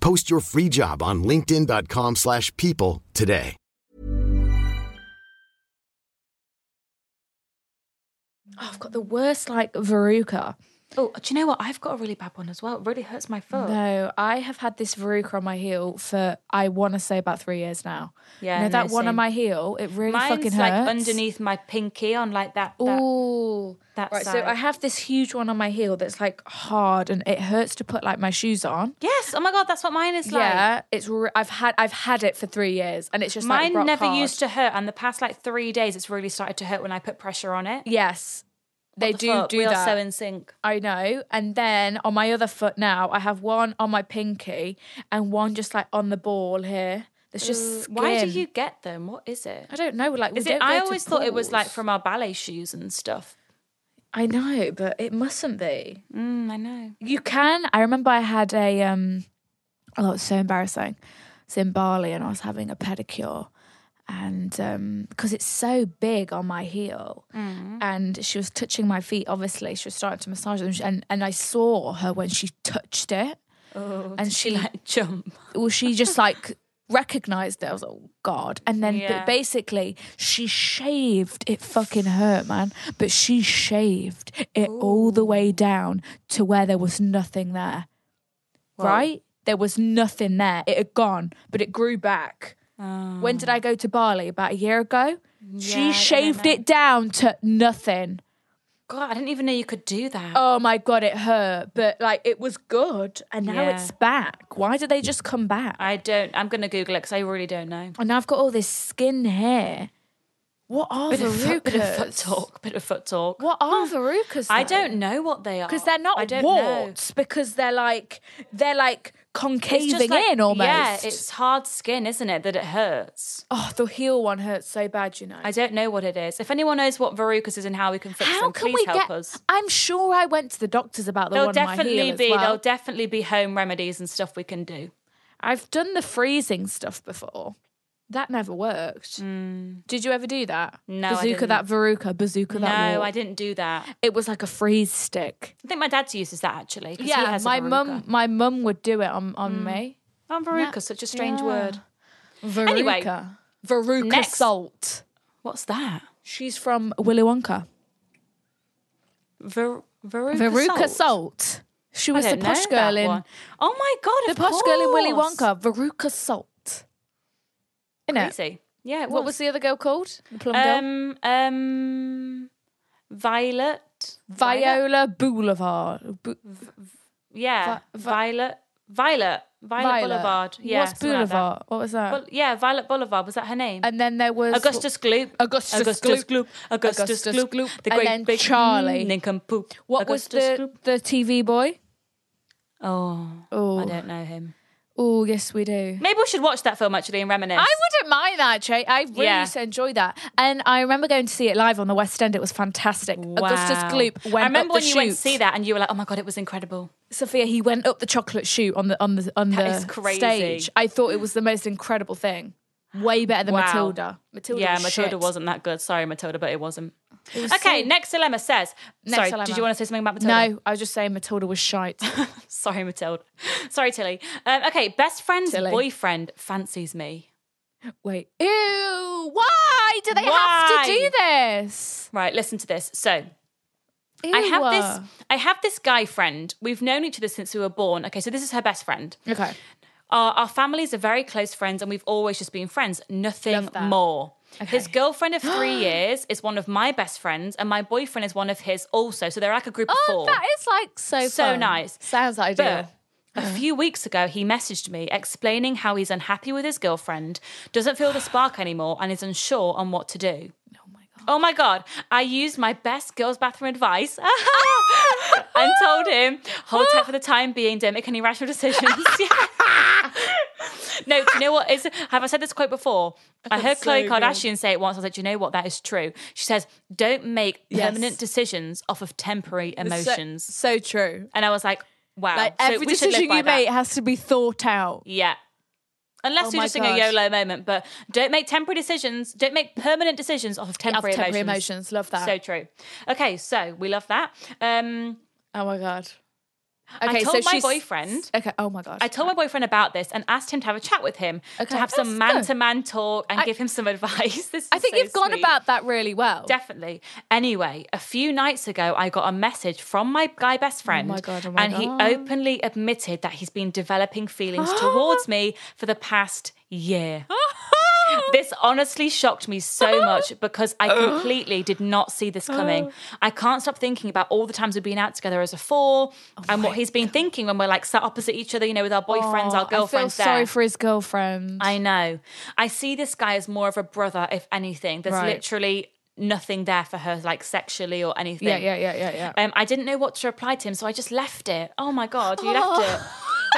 D: Post your free job on linkedin.com/people slash people today.
C: Oh, I've got the worst like verruca.
B: Oh, do you know what? I've got a really bad one as well. It really hurts my foot.
C: No, I have had this verruca on my heel for I want to say about three years now.
B: Yeah,
C: You know, that
B: no,
C: one on
B: same.
C: my heel, it really
B: Mine's
C: fucking hurts.
B: like underneath my pinky on like that. that-
C: Ooh.
B: that
C: right,
B: side.
C: so I have this huge one on my heel that's like hard and it hurts to put like my shoes on.
B: Yes. Oh my God. That's what mine is like.
C: yeah, it's re- I've had I've had it for three years and it's just like
B: Mine
C: rock
B: never
C: hard.
B: used to hurt, and the past like three days, it's really started to hurt when I put pressure on it.
C: Yes, they
B: The
C: do
B: fuck,
C: do
B: we
C: that.
B: are so in sync.
C: I know. And then on my other foot now, I have one on my pinky and one just like on the ball here. That's just skin.
B: Why do you get them? What is it?
C: I don't know. Like, we
B: Is
C: don't
B: it?
C: go
B: I
C: to
B: always thought it was like
C: pools.
B: from our ballet shoes and stuff.
C: I know, but it mustn't be.
B: Mm, I know.
C: You can. I remember I had a um. Oh, it's so embarrassing. It's in Bali, and I was having a pedicure, and because it's so big on my heel, and she was touching my feet. Obviously, she was starting to massage them, and and I saw her when she touched it, and she
B: like jump.
C: well, she just like recognized it. I was like, oh, God. And then but
B: Yeah.
C: basically, she shaved. It fucking hurt, man. But she shaved it all the way down to where there was nothing there. Right? There was nothing there. It had gone, but it grew back.
B: Oh.
C: When did
B: Mm.
C: I go to Bali? About a year ago. she shaved it down to nothing.
B: God, I didn't even know you could do that.
C: Oh my God, it hurt. But like, it was good. And now
B: Yeah.
C: it's back. Why did they just come back?
B: I don't. I'm gonna Google it because I really don't know.
C: and I've got all this skin hair. What are
B: Bit of, foot, bit of foot
C: verrucas?
B: talk. Bit of foot talk.
C: What are verrucas?
B: I don't know what they are
C: because they're not
B: I don't know.
C: warts because they're like they're like
B: It's just
C: concaving
B: like-
C: in almost.
B: Yeah, it's hard skin, isn't it? That it hurts.
C: oh the heel one hurts so bad, you know.
B: I don't know what it is. If anyone knows what verrucas is and how we can fix
C: How
B: them,
C: can
B: please
C: we
B: help
C: get?
B: us.
C: I'm sure I went to the doctors about the
B: There'll
C: one on my heel
B: definitely
C: as
B: be
C: well.
B: there'll definitely be home remedies and stuff we can do.
C: I've done the freezing stuff before. That never worked. Did you ever do that?
B: Hmm. No, I
C: bazooka
B: didn't.
C: that veruca, bazooka that.
B: No,
C: wart.
B: I didn't do that.
C: It was like a freeze stick.
B: I think my dad uses that actually. 'cause he
C: Yeah,
B: has a
C: my
B: verruca.
C: mum, my mum would do it on on me.
B: Oh, verruca, such a strange
C: yeah.
B: word.
C: Veruca.
B: Anyway,
C: Veruca
B: next-
C: Salt.
B: What's that?
C: She's from Willy Wonka.
B: Ver- verruca,
C: Veruca
B: salt.
C: Salt. She
B: I
C: was the
B: don't know
C: posh
B: that
C: girl in
B: one. Oh my god,
C: the
B: of
C: posh girl in Willy
B: course.
C: Wonka. Veruca Salt. Innit?
B: Crazy. Yeah. It
C: What was the other girl called? The plum girl.
B: um um Violet?
C: Viola Boulevard. Bu-
B: Yeah.
C: Vi- Vi-
B: Violet. Violet. Violet.
C: Viola.
B: Boulevard. Yeah.
C: What's
B: something like that.
C: Boulevard? what was that?
B: Well, yeah, Violet Boulevard. Was that her name?
C: and then there was
B: Augustus Gloop.
C: Augustus
B: Augustus
C: Gloop.
B: Gloop. Augustus
C: Augustus
B: Gloop.
C: Gloop.
B: The
C: And
B: great
C: then
B: big
C: Charlie.
B: Nincompoop.
C: What
B: Augustus
C: was the
B: Gloop.
C: the TV boy?
B: Oh,
C: Oh.
B: I don't know him.
C: Oh yes, we do.
B: Maybe we should watch that film actually and reminisce.
C: I wouldn't mind that, Jay. I really
B: Yeah.
C: used to enjoy that. And I remember going to see it live on the West End. It was fantastic. Augustus
B: Wow.
C: Gloop went
B: I remember
C: up the
B: when
C: chute.
B: you went to see that and you were like, "Oh my god, it was incredible."
C: Sophia, he went up the chocolate chute on the on the on
B: That
C: the
B: is crazy.
C: stage. I thought it was the most incredible thing. Way better than
B: Wow.
C: Matilda. Matilda
B: yeah,
C: was
B: Matilda
C: shit.
B: wasn't that good. Sorry, Matilda, but it wasn't. okay, next dilemma says.
C: Next
B: sorry,
C: dilemma.
B: did you want to say something about Matilda?
C: No, I was just saying Matilda was shite.
B: Sorry, Matilda. Sorry, Tilly. Um, okay, best friend's
C: Tilly.
B: boyfriend fancies me.
C: Wait. Ew, why do they have to do
B: Why?
C: this?
B: Right, listen to this. So I have this. I have this guy friend. We've known each other since we were born. Okay, so this is her best friend.
C: this Okay.
B: Our, our families are very close friends, and we've always just been friends. Nothing
C: Love that.
B: more. His girlfriend of three years is one of my best friends, and my boyfriend is one of his also. So they're like a group
C: Oh,
B: of four.
C: that is like so
B: So
C: fun.
B: nice.
C: Sounds ideal.
B: But a few weeks ago, he messaged me explaining how he's unhappy with his girlfriend, doesn't feel the spark anymore, and is unsure on what to do. Oh my God, I used my best girls' bathroom advice and told him, hold tight for the time being, don't make any rational decisions. no, do you know what? Is, have I said this quote before? I heard Khloe Kardashian say it once. I was like, do you know what? That is true. She says, don't make
C: Yes.
B: permanent decisions off of temporary
C: So-
B: emotions.
C: So, true.
B: And I was like, wow.
C: Like
B: So
C: every
B: we should live
C: decision
B: by
C: you
B: that.
C: make has to be thought out.
B: Yeah. Unless
C: Oh
B: you're
C: my
B: just in
C: God.
B: a YOLO moment, but don't make temporary decisions. Don't make permanent decisions off of temporary,
C: temporary emotions. Love that.
B: So true. Okay, so we love that. Um,
C: Oh my god.
B: I told my
C: she's-
B: boyfriend.
C: Okay. Oh my god.
B: I told my boyfriend about this and asked him to have a chat with him
C: Okay,
B: to have some
C: that's good.
B: man to man talk and
C: I-
B: give him some advice. This is
C: I think
B: so
C: you've gone
B: sweet.
C: about that really well.
B: Definitely. Anyway, a few nights ago, I got a message from my guy best friend,
C: God, oh my
B: and
C: God.
B: he openly admitted that he's been developing feelings towards me for the past year. This honestly shocked me so much because I completely did not see this coming. I can't stop thinking about all the times we've been out together as a four
C: Oh
B: and what he's been thinking when we're like sat opposite each other, you know, with our boyfriends,
C: Aw,
B: our girlfriends
C: I feel sorry
B: there.
C: for his girlfriend.
B: I know. I see this guy as more of a brother, if anything. There's
C: Right.
B: literally nothing there for her, like sexually or anything.
C: yeah, yeah, yeah, yeah, yeah.
B: Um, I didn't know what to reply to him, so I just left it. Oh my God, you left it.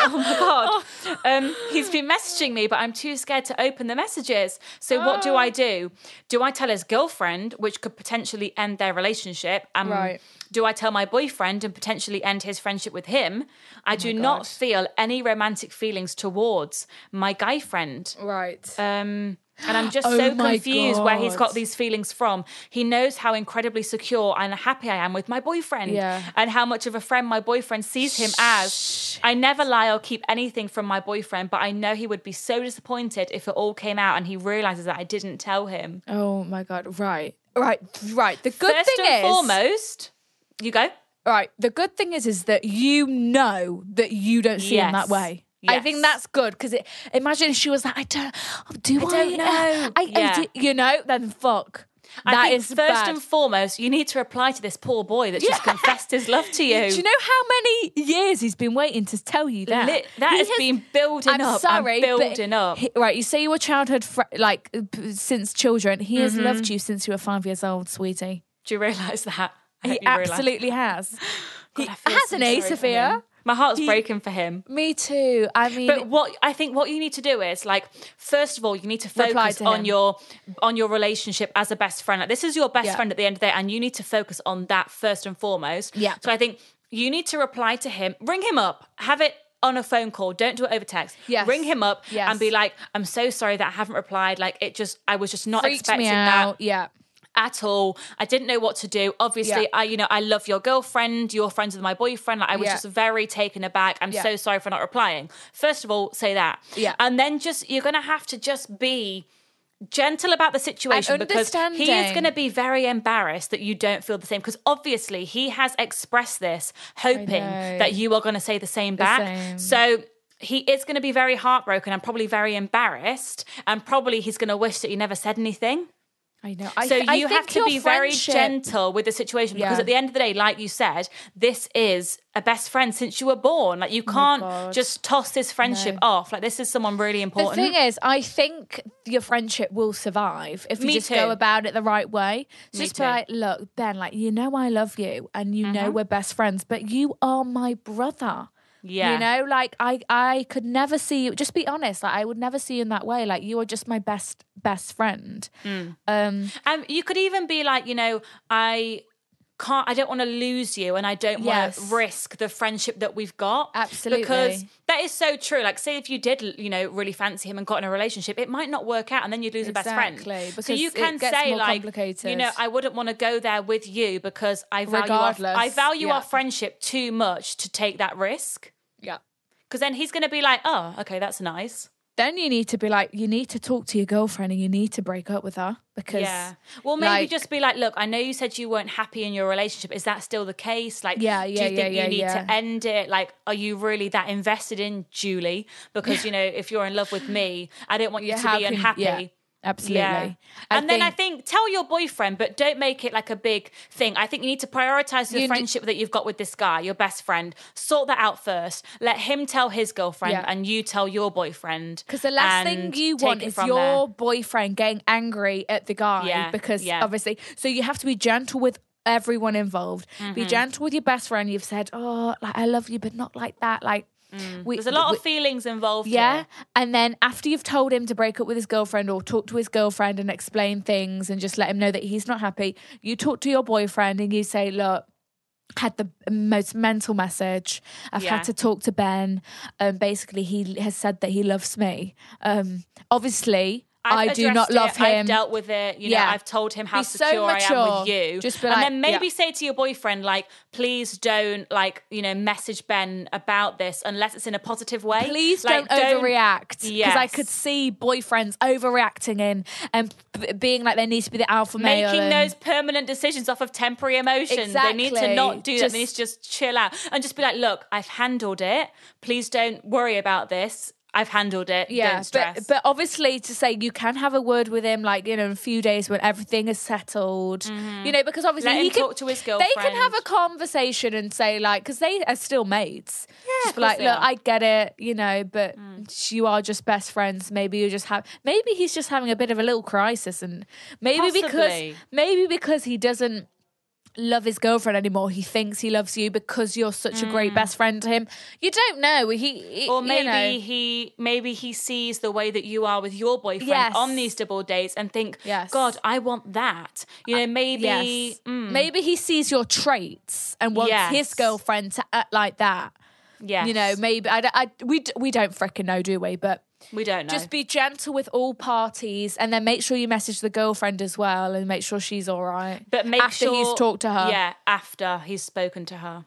B: oh my god. Um, he's been messaging me, but I'm too scared to open the messages. So what do I do? Do I tell his girlfriend, which could potentially end their relationship? Um,
C: Right.
B: Do I tell my boyfriend and potentially end his friendship with him?
C: Oh
B: I do not feel any romantic feelings towards my guy friend.
C: Right.
B: Um, and I'm just
C: Oh
B: so
C: my
B: confused where he's got
C: God.
B: these feelings from. He knows how incredibly secure and happy I am with my boyfriend
C: Yeah.
B: and how much of a friend my boyfriend sees him as. I never lie or keep anything from my boyfriend, but I know he would be so disappointed if it all came out and he realizes that I didn't tell him.
C: oh my god. Right. Right. Right. The good
B: First
C: thing
B: and
C: is
B: foremost, you go.
C: right. The good thing is is that you know that you don't see him that
B: Yes.
C: way. I think
B: Yes.
C: that's good because imagine if she was like, I don't, oh, do I,
B: don't
C: uh, I,
B: know.
C: I
B: Yeah.
C: do- you know, then fuck.
B: I
C: That
B: think
C: is
B: first
C: bad.
B: and foremost, you need to reply to this poor boy that's just confessed his love to you.
C: Do you know how many years he's been waiting to tell you that?
B: Lit- that has been building
C: I'm
B: up and
C: Sorry, but
B: building up.
C: he- right, you say you were childhood fr- like uh, p- since children. He
B: Mm-hmm.
C: has loved you since you were five years old, sweetie.
B: Do you realise that?
C: He
B: I hope you realise.
C: absolutely has.
B: God,
C: he
B: I feel so
C: hasn't he,
B: sorry for
C: Sophia?
B: him. My heart's broken for him.
C: Me too. I mean,
B: But what I think what you need to do is like first of all you need to
C: Reply
B: focus
C: to him.
B: on your on your relationship as a best friend. Like this is your best
C: Yeah.
B: friend at the end of the day and you need to focus on that first and foremost.
C: Yeah.
B: So I think you need to reply to him, ring him up, have it on a phone call, don't do it over text.
C: Yes.
B: Ring him up
C: Yes.
B: and be like, I'm so sorry that I haven't replied. Like it just I was just not
C: freaked
B: expecting
C: me
B: that
C: out. Yeah.
B: at all. I didn't know what to do. Obviously,
C: Yeah.
B: I you know I love your girlfriend. You're friends with my boyfriend. Like I was
C: Yeah.
B: just very taken aback. I'm
C: Yeah.
B: so sorry for not replying. First of all, say that.
C: Yeah.
B: and then just you're gonna have to just be gentle about the situation because he is
C: understanding.
B: going to be very embarrassed that you don't feel the same because obviously he has expressed this hoping
C: know.
B: that you are going to say the same back
C: same.
B: so he is going to be very heartbroken and probably very embarrassed and probably he's going to wish that he never said anything
C: I know. I,
B: so
C: I
B: you have
C: think
B: to
C: your
B: be very
C: friendship-
B: gentle with the situation because
C: Yeah.
B: at the end of the day, like you said, this is a best friend since you were born. Like
C: Oh
B: you can't just toss this friendship off. Like this is someone really important.
C: The thing is, I think your friendship will survive if you
B: Me
C: just
B: too.
C: go about it the right way. just be
B: too. Mm-hmm.
C: like, look, Ben, like you know I love you and you know we're best friends, but you are my brother.
B: yeah.
C: You know, like I I could never see you just be honest, like I would never see you in that way. Like you are just my best best friend. Um
B: Um, you could even be like, you know, I can't, I don't want to lose you and I don't want
C: Yes.
B: to risk the friendship that we've got.
C: Absolutely.
B: Because that is so true. Like, say if you did, you know, really fancy him and got in a relationship, it might not work out and then you'd lose a best
C: Exactly,
B: friend. so
C: because
B: you
C: it
B: can
C: gets
B: say,
C: more
B: like, you
C: complicated.
B: know, I wouldn't want to go there with you because I value, our,
C: Regardless,
B: I value
C: yeah.
B: our friendship too much to take that risk.
C: yeah.
B: Because then he's going to be like, oh, okay, that's nice.
C: Then you need to be like, you need to talk to your girlfriend and you need to break up with her because
B: Yeah. Well, maybe
C: like-
B: just be like, look, I know you said you weren't happy in your relationship. Is that still the case? Like,
C: Yeah,
B: do
C: yeah,
B: you
C: yeah,
B: think
C: yeah,
B: you need
C: yeah.
B: to end it? Like, are you really that invested in Julie? Because, you know, if you're in love with me, I don't want you
C: Yeah,
B: to
C: how
B: be
C: can-
B: unhappy.
C: yeah, absolutely.
B: Yeah.
C: I
B: and then I think tell your boyfriend, but don't make it like a big thing. I think you need to prioritize the
C: You ne-
B: friendship that you've got with this guy, your best friend. Sort that out first. Let him tell his girlfriend
C: Yeah.
B: and you tell your boyfriend.
C: Because the last thing
B: and
C: you
B: take
C: want
B: it
C: is
B: from
C: your
B: there.
C: boyfriend getting angry at the guy
B: Yeah,
C: because
B: yeah.
C: obviously, so you have to be gentle with everyone involved.
B: Mm-hmm.
C: Be gentle with your best friend. You've said, "Oh, like I love you, but not like that." Like we,
B: Mm. There's a lot
C: we-
B: of feelings involved.
C: yeah,
B: here.
C: and then after you've told him to break up with his girlfriend or talk to his girlfriend and explain things and just let him know that he's not happy, you talk to your boyfriend and you say, "Look, had the most mental message. I've
B: Yeah.
C: had to talk to Ben. Um, basically, he has said that he loves me. Um, obviously, i
B: I've
C: do not
B: addressed
C: love
B: it,
C: him.
B: I've dealt with it. You
C: Yeah.
B: know, I've told him how
C: Be so
B: secure I am with
C: mature.
B: you.
C: Just be
B: and
C: like,
B: then maybe
C: yeah.
B: say to your boyfriend, like, please don't, like, you know, message Ben about this unless it's in a positive way.
C: Please
B: Like,
C: don't, overreact because I
B: Yes.
C: could see boyfriends overreacting in and b- being like they need to be the alpha male.
B: Making
C: and-
B: those permanent decisions off of temporary emotions. They need to
C: Exactly.
B: not do that. They need to
C: Just-
B: just chill out and just be like, look, I've handled it. Please don't worry about this. I've handled it.
C: yeah,
B: Don't stress.
C: But, but obviously to say you can have a word with him, like you know, in a few days when everything is settled, you know, because obviously
B: Mm-hmm. Let
C: he
B: him
C: can
B: talk to his
C: They can have
B: girlfriend.
C: a conversation and say like, because they are still mates. Yeah, just be
B: of course
C: like,
B: they
C: look,
B: are. Mm.
C: I get it, you know, but you are just best friends. Maybe you just have, maybe he's just having a bit of a little crisis, and maybe because
B: Possibly.
C: maybe because he doesn't love his girlfriend anymore. He thinks he loves you because you're such a great best friend to him. You don't know. He, he-
B: Mm. Or
C: you
B: maybe
C: know.
B: he maybe he sees the way that you are with your boyfriend
C: Yes.
B: on these double dates and think,
C: Yes.
B: God, I want that. You know, maybe
C: yes.
B: mm,
C: Maybe he sees your traits and wants
B: Yes.
C: his girlfriend to act like that.
B: yes.
C: You know, maybe I, d- I- we d- we don't freaking know, do we? But
B: we don't know.
C: just be gentle with all parties, and then make sure you message the girlfriend as well, and make sure she's all right.
B: but make
C: after
B: sure
C: he's talked to her, Oh.
B: Yeah, after he's spoken to her.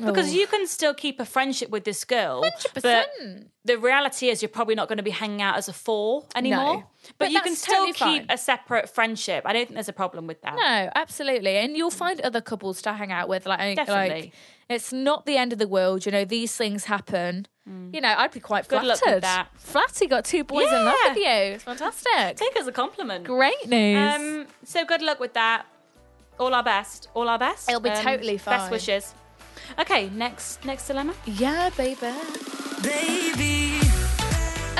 B: Because you can still keep a friendship with this girl. But
C: 100%.
B: the reality is you're probably not going to be hanging out as a four anymore. But,
C: But
B: you can
C: that's
B: still
C: totally
B: keep
C: fine.
B: a separate friendship. I don't think there's a problem with that.
C: No, absolutely. And you'll find other couples to hang out with. Like, I-
B: Definitely.
C: like, it's not the end of the world. You know, these things happen. You know, I'd be quite
B: Mm. Good
C: flattered.
B: luck with that.
C: Flatty got two boys in love with you. It's fantastic.
B: Take it as a compliment.
C: Great news.
B: Um, so good luck with that. All our best. All our best. Um,
C: It'll be totally
B: Best
C: fine.
B: wishes. Okay, next next dilemma.
C: yeah, baby.
A: Baby,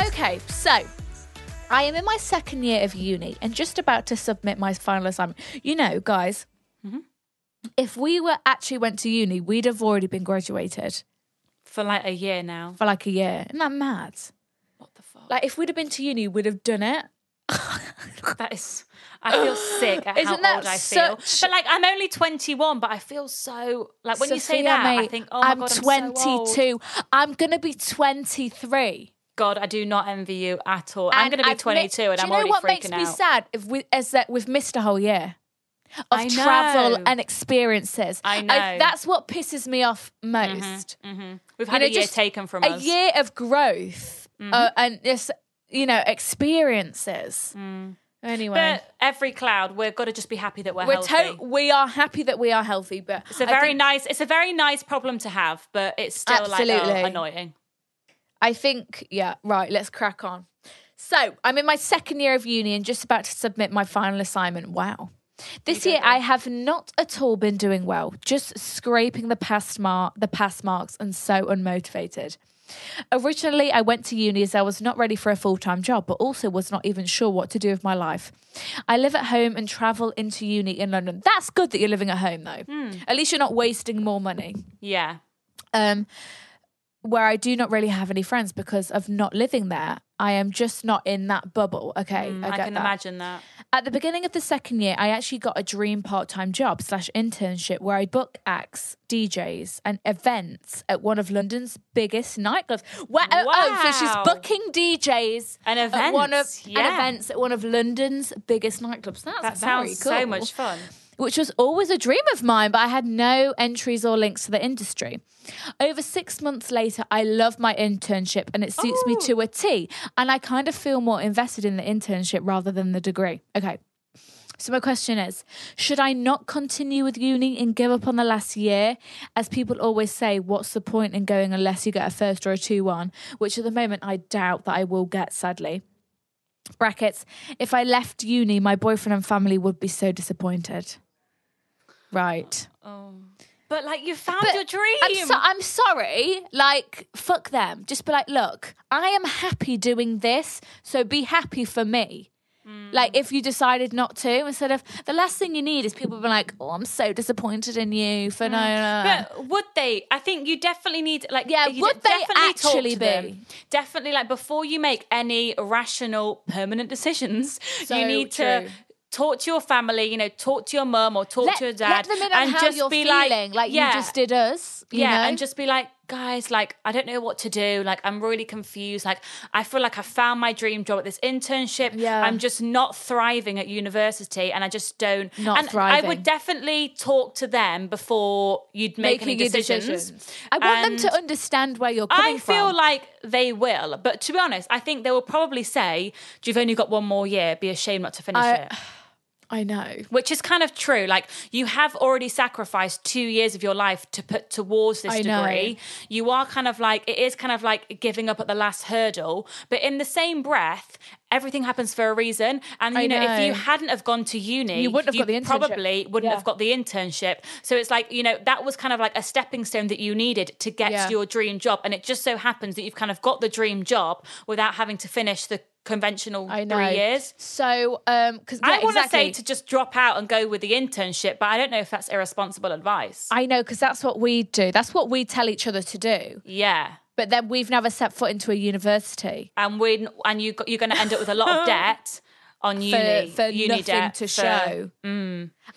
C: Okay, so I am in my second year of uni and just about to submit my final assignment. You know, guys,
B: Mm-hmm.
C: if we were actually went to uni, we'd have already been graduated.
B: For like a year now.
C: for like a year. Isn't that mad? What the fuck? Like if we'd have been to uni, we'd have done it.
B: That is I feel sick at how
C: Isn't that
B: old I feel.
C: such-
B: But like I'm only 21, but I feel so like when you say
C: Sophia,
B: that, I
C: mate,
B: think, oh my
C: I'm
B: god,
C: 22.
B: I'm so old.
C: I'm gonna be 23.
B: God, I do not envy you at all. I'm
C: And
B: going to be
C: I've mi-
B: 22, and
C: Do
B: I'm
C: you know
B: already
C: what
B: freaking
C: makes
B: out.
C: me sad? If we, is that we've missed a whole year of
B: I
C: travel
B: know.
C: and experiences.
B: I know.
C: that's what pisses me off most.
B: We've
C: You
B: had
C: know,
B: a year
C: just
B: taken from
C: a
B: us. Mm-hmm.
C: year of growth uh, and this, you know, experiences. Anyway.
B: But every cloud, we've got to just be happy that Mm. we're,
C: We're
B: healthy.
C: to- we are happy that we are healthy, but
B: it's a
C: I
B: very
C: think,
B: nice. It's a very nice problem to have, but it's still like
C: Absolutely.
B: oh, annoying.
C: I think yeah, right. Let's crack on. So I'm in my second year of uni and just about to submit my final assignment. Wow. This year I have not at all been doing well, just scraping the past mark, the pass marks, and so unmotivated. Originally, I went to uni as I was not ready for a full time job, but also was not even sure what to do with my life. I live at home and travel into uni in London. That's good that you're living at home, though. At least you're not wasting more money
B: Yeah.
C: um, where I do not really have any friends because of not living there. I am just not in that bubble. Okay,
B: Mm,
C: I,
B: I,
C: get
B: can
C: that.
B: imagine that.
C: At the beginning of the second year, I actually got a dream part-time job slash internship where I book acts, DJs, and events at one of London's biggest nightclubs. Wow! Oh, so she's
B: Wow.
C: booking DJs
B: And
C: at one of
B: events,
C: and
B: yeah.
C: events at one of London's biggest nightclubs. That's
B: That
C: very
B: sounds
C: cool
B: so much fun.
C: which was always a dream of mine, but I had no entries or links to the industry. Over six months later, I love my internship and it suits me to a T. And I kind of feel more invested in the internship rather than the degree. Okay. So, my question is Should I not continue with uni and give up on the last year? As people always say, what's the point in going unless you get a first or a 2 1? Which at the moment I doubt that I will get, sadly. Brackets, if I left uni, my boyfriend and family would be so disappointed. Right.
B: But like you found your dream.
C: I'm, so- uh, I'm sorry. Like, fuck them. Just be like, look, I am happy doing this, so be happy for me.
B: Hmm.
C: Like, if you decided not to, instead of the last thing you need is people being like, oh, I'm so disappointed in you for
B: Hmm.
C: no. no, no."
B: But would they? I think you definitely need like
C: Yeah,
B: you
C: would they
B: definitely talk
C: actually
B: to them.
C: be?
B: Definitely like before you make any rational permanent decisions, you
C: So
B: need to
C: true.
B: talk to your family, you know, talk to your mum or talk
C: let,
B: to your
C: let
B: dad
C: them in on
B: and
C: how
B: just
C: you're
B: be
C: feeling, like,
B: yeah,
C: you just did us. you
B: yeah,
C: know?
B: and just be like, guys, like I don't know what to do. Like I'm really confused. Like I feel like I found my dream job at this internship.
C: Yeah.
B: I'm just not thriving at university, and I just don't.
C: Not
B: and I
C: thriving.
B: would definitely talk to them before you'd make any
C: your
B: decisions.
C: I want
B: And
C: them to understand where you're coming
B: I feel
C: from.
B: like they will, but to be honest, I think they will probably say, "You've only got one more year. Be ashamed not to finish
C: I-
B: it."
C: I know.
B: Which is kind of true. Like you have already sacrificed two years of your life to put towards this
C: I know.
B: degree. You are kind of like it is kind of like giving up at the last hurdle. But in the same breath, everything happens for a reason. And you
C: I
B: know, if
C: know.
B: you hadn't have gone to uni,
C: You wouldn't have got the internship.
B: Probably wouldn't
C: Yeah.
B: have got the internship. So it's like you know that was kind of like a stepping stone that you needed to get
C: Yeah.
B: to your dream job. And it just so happens that you've kind of got the dream job without having to finish the conventional
C: I know.
B: three years.
C: So, um, because
B: I want to
C: exactly.
B: say to just drop out and go with the internship, but I don't know if that's irresponsible advice.
C: I know because that's what we do. That's what we tell each other to do.
B: yeah.
C: But then we've never set foot into a university.
B: and we and you got- you're going to end up with a lot of debt on uni
C: for
B: uni
C: nothing
B: debt
C: to
B: for- Mm.
C: show.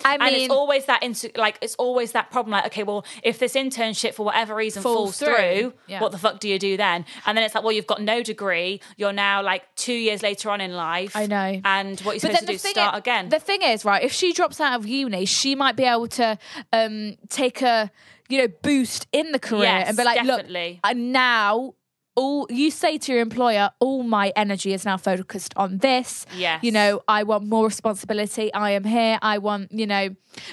C: I mean,
B: and it's always that into like it's always that problem like okay well if this internship for whatever reason
C: Falls
B: falls,
C: through,
B: through,
C: yeah.
B: what the fuck do you do then and then it's like well you've got no degree you're now like two years later on in life
C: I know.
B: and what you're supposed to do is start
C: is,
B: again
C: The thing is, right? If she drops out of uni, she might be able to um, take a you know boost in the career
B: Yes,
C: and be like,
B: definitely.
C: look, and now. All you say to your employer, all my energy is now focused on this.
B: Yes.
C: You know, I want more responsibility. I am here. I want, you know.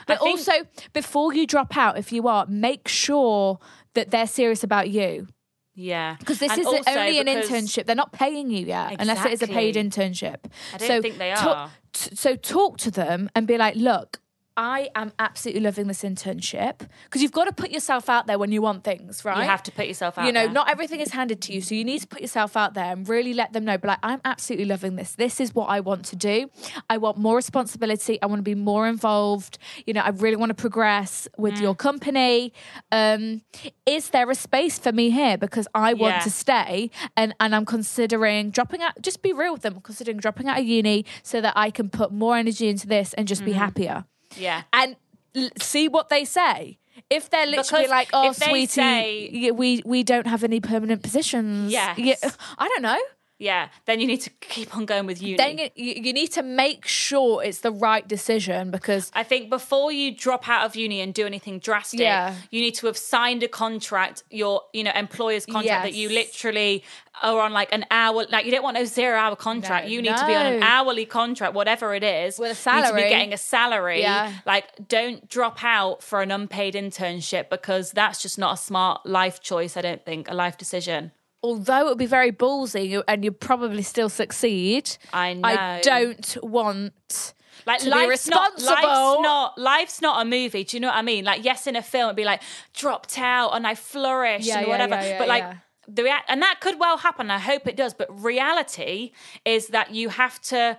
C: But
B: think-
C: also, before you drop out, if you are, make sure that they're serious about you.
B: yeah
C: Because this
B: And
C: is
B: also
C: only an
B: because-
C: internship. They're not paying you yet, unless it is a paid internship.
B: I don't think they
C: ta-
B: are.
C: t- so talk to them and be like, look, I am absolutely loving this internship. Because you've got to put yourself out there when you want things, right?
B: you have to put yourself out
C: You know,
B: there.
C: not everything is handed to you. So you need to put yourself out there and really let them know, but like, I'm absolutely loving this. This is what I want to do. I want more responsibility. I want to be more involved. You know, I really want to progress with
B: Mm.
C: your company. Um, is there a space for me here? Because I want
B: Yeah.
C: to stay and, and I'm considering dropping out, just be real with them, considering dropping out of uni so that I can put more energy into this and just be
B: Mm-hmm.
C: happier.
B: yeah
C: And l- see what they say. If they're literally
B: Because
C: like, "Oh,
B: if they
C: sweetie,
B: say-
C: y- we we don't have any permanent positions,"
B: Yes.
C: yeah, I don't know.
B: yeah then you need to keep on going with uni
C: Then you, you you need to make sure it's the right decision because
B: I think before you drop out of uni and do anything drastic,
C: Yeah.
B: you need to have signed a contract, your you know employer's contract that you
C: Yes.
B: literally are on like an hour. Like you don't want a zero hour contract.
C: No.
B: you need to be on an
C: No.
B: hourly contract, whatever it is.
C: With a
B: you need to
C: salary.
B: be getting a salary.
C: Yeah.
B: Like don't drop out for an unpaid internship because that's just not a smart life choice. I don't think a life decision.
C: although it would be very ballsy you- and you probably still succeed,
B: I
C: I
B: know.
C: don't want
B: Like
C: to be
B: life's not,
C: responsible.
B: life's not life's not a movie. Do you know what I mean? Like yes, in a film it'd be like dropped out and I flourish
C: Yeah,
B: and
C: yeah,
B: whatever.
C: yeah, yeah,
B: but like
C: yeah.
B: the rea- and that could well happen. I hope it does. But reality is that you have to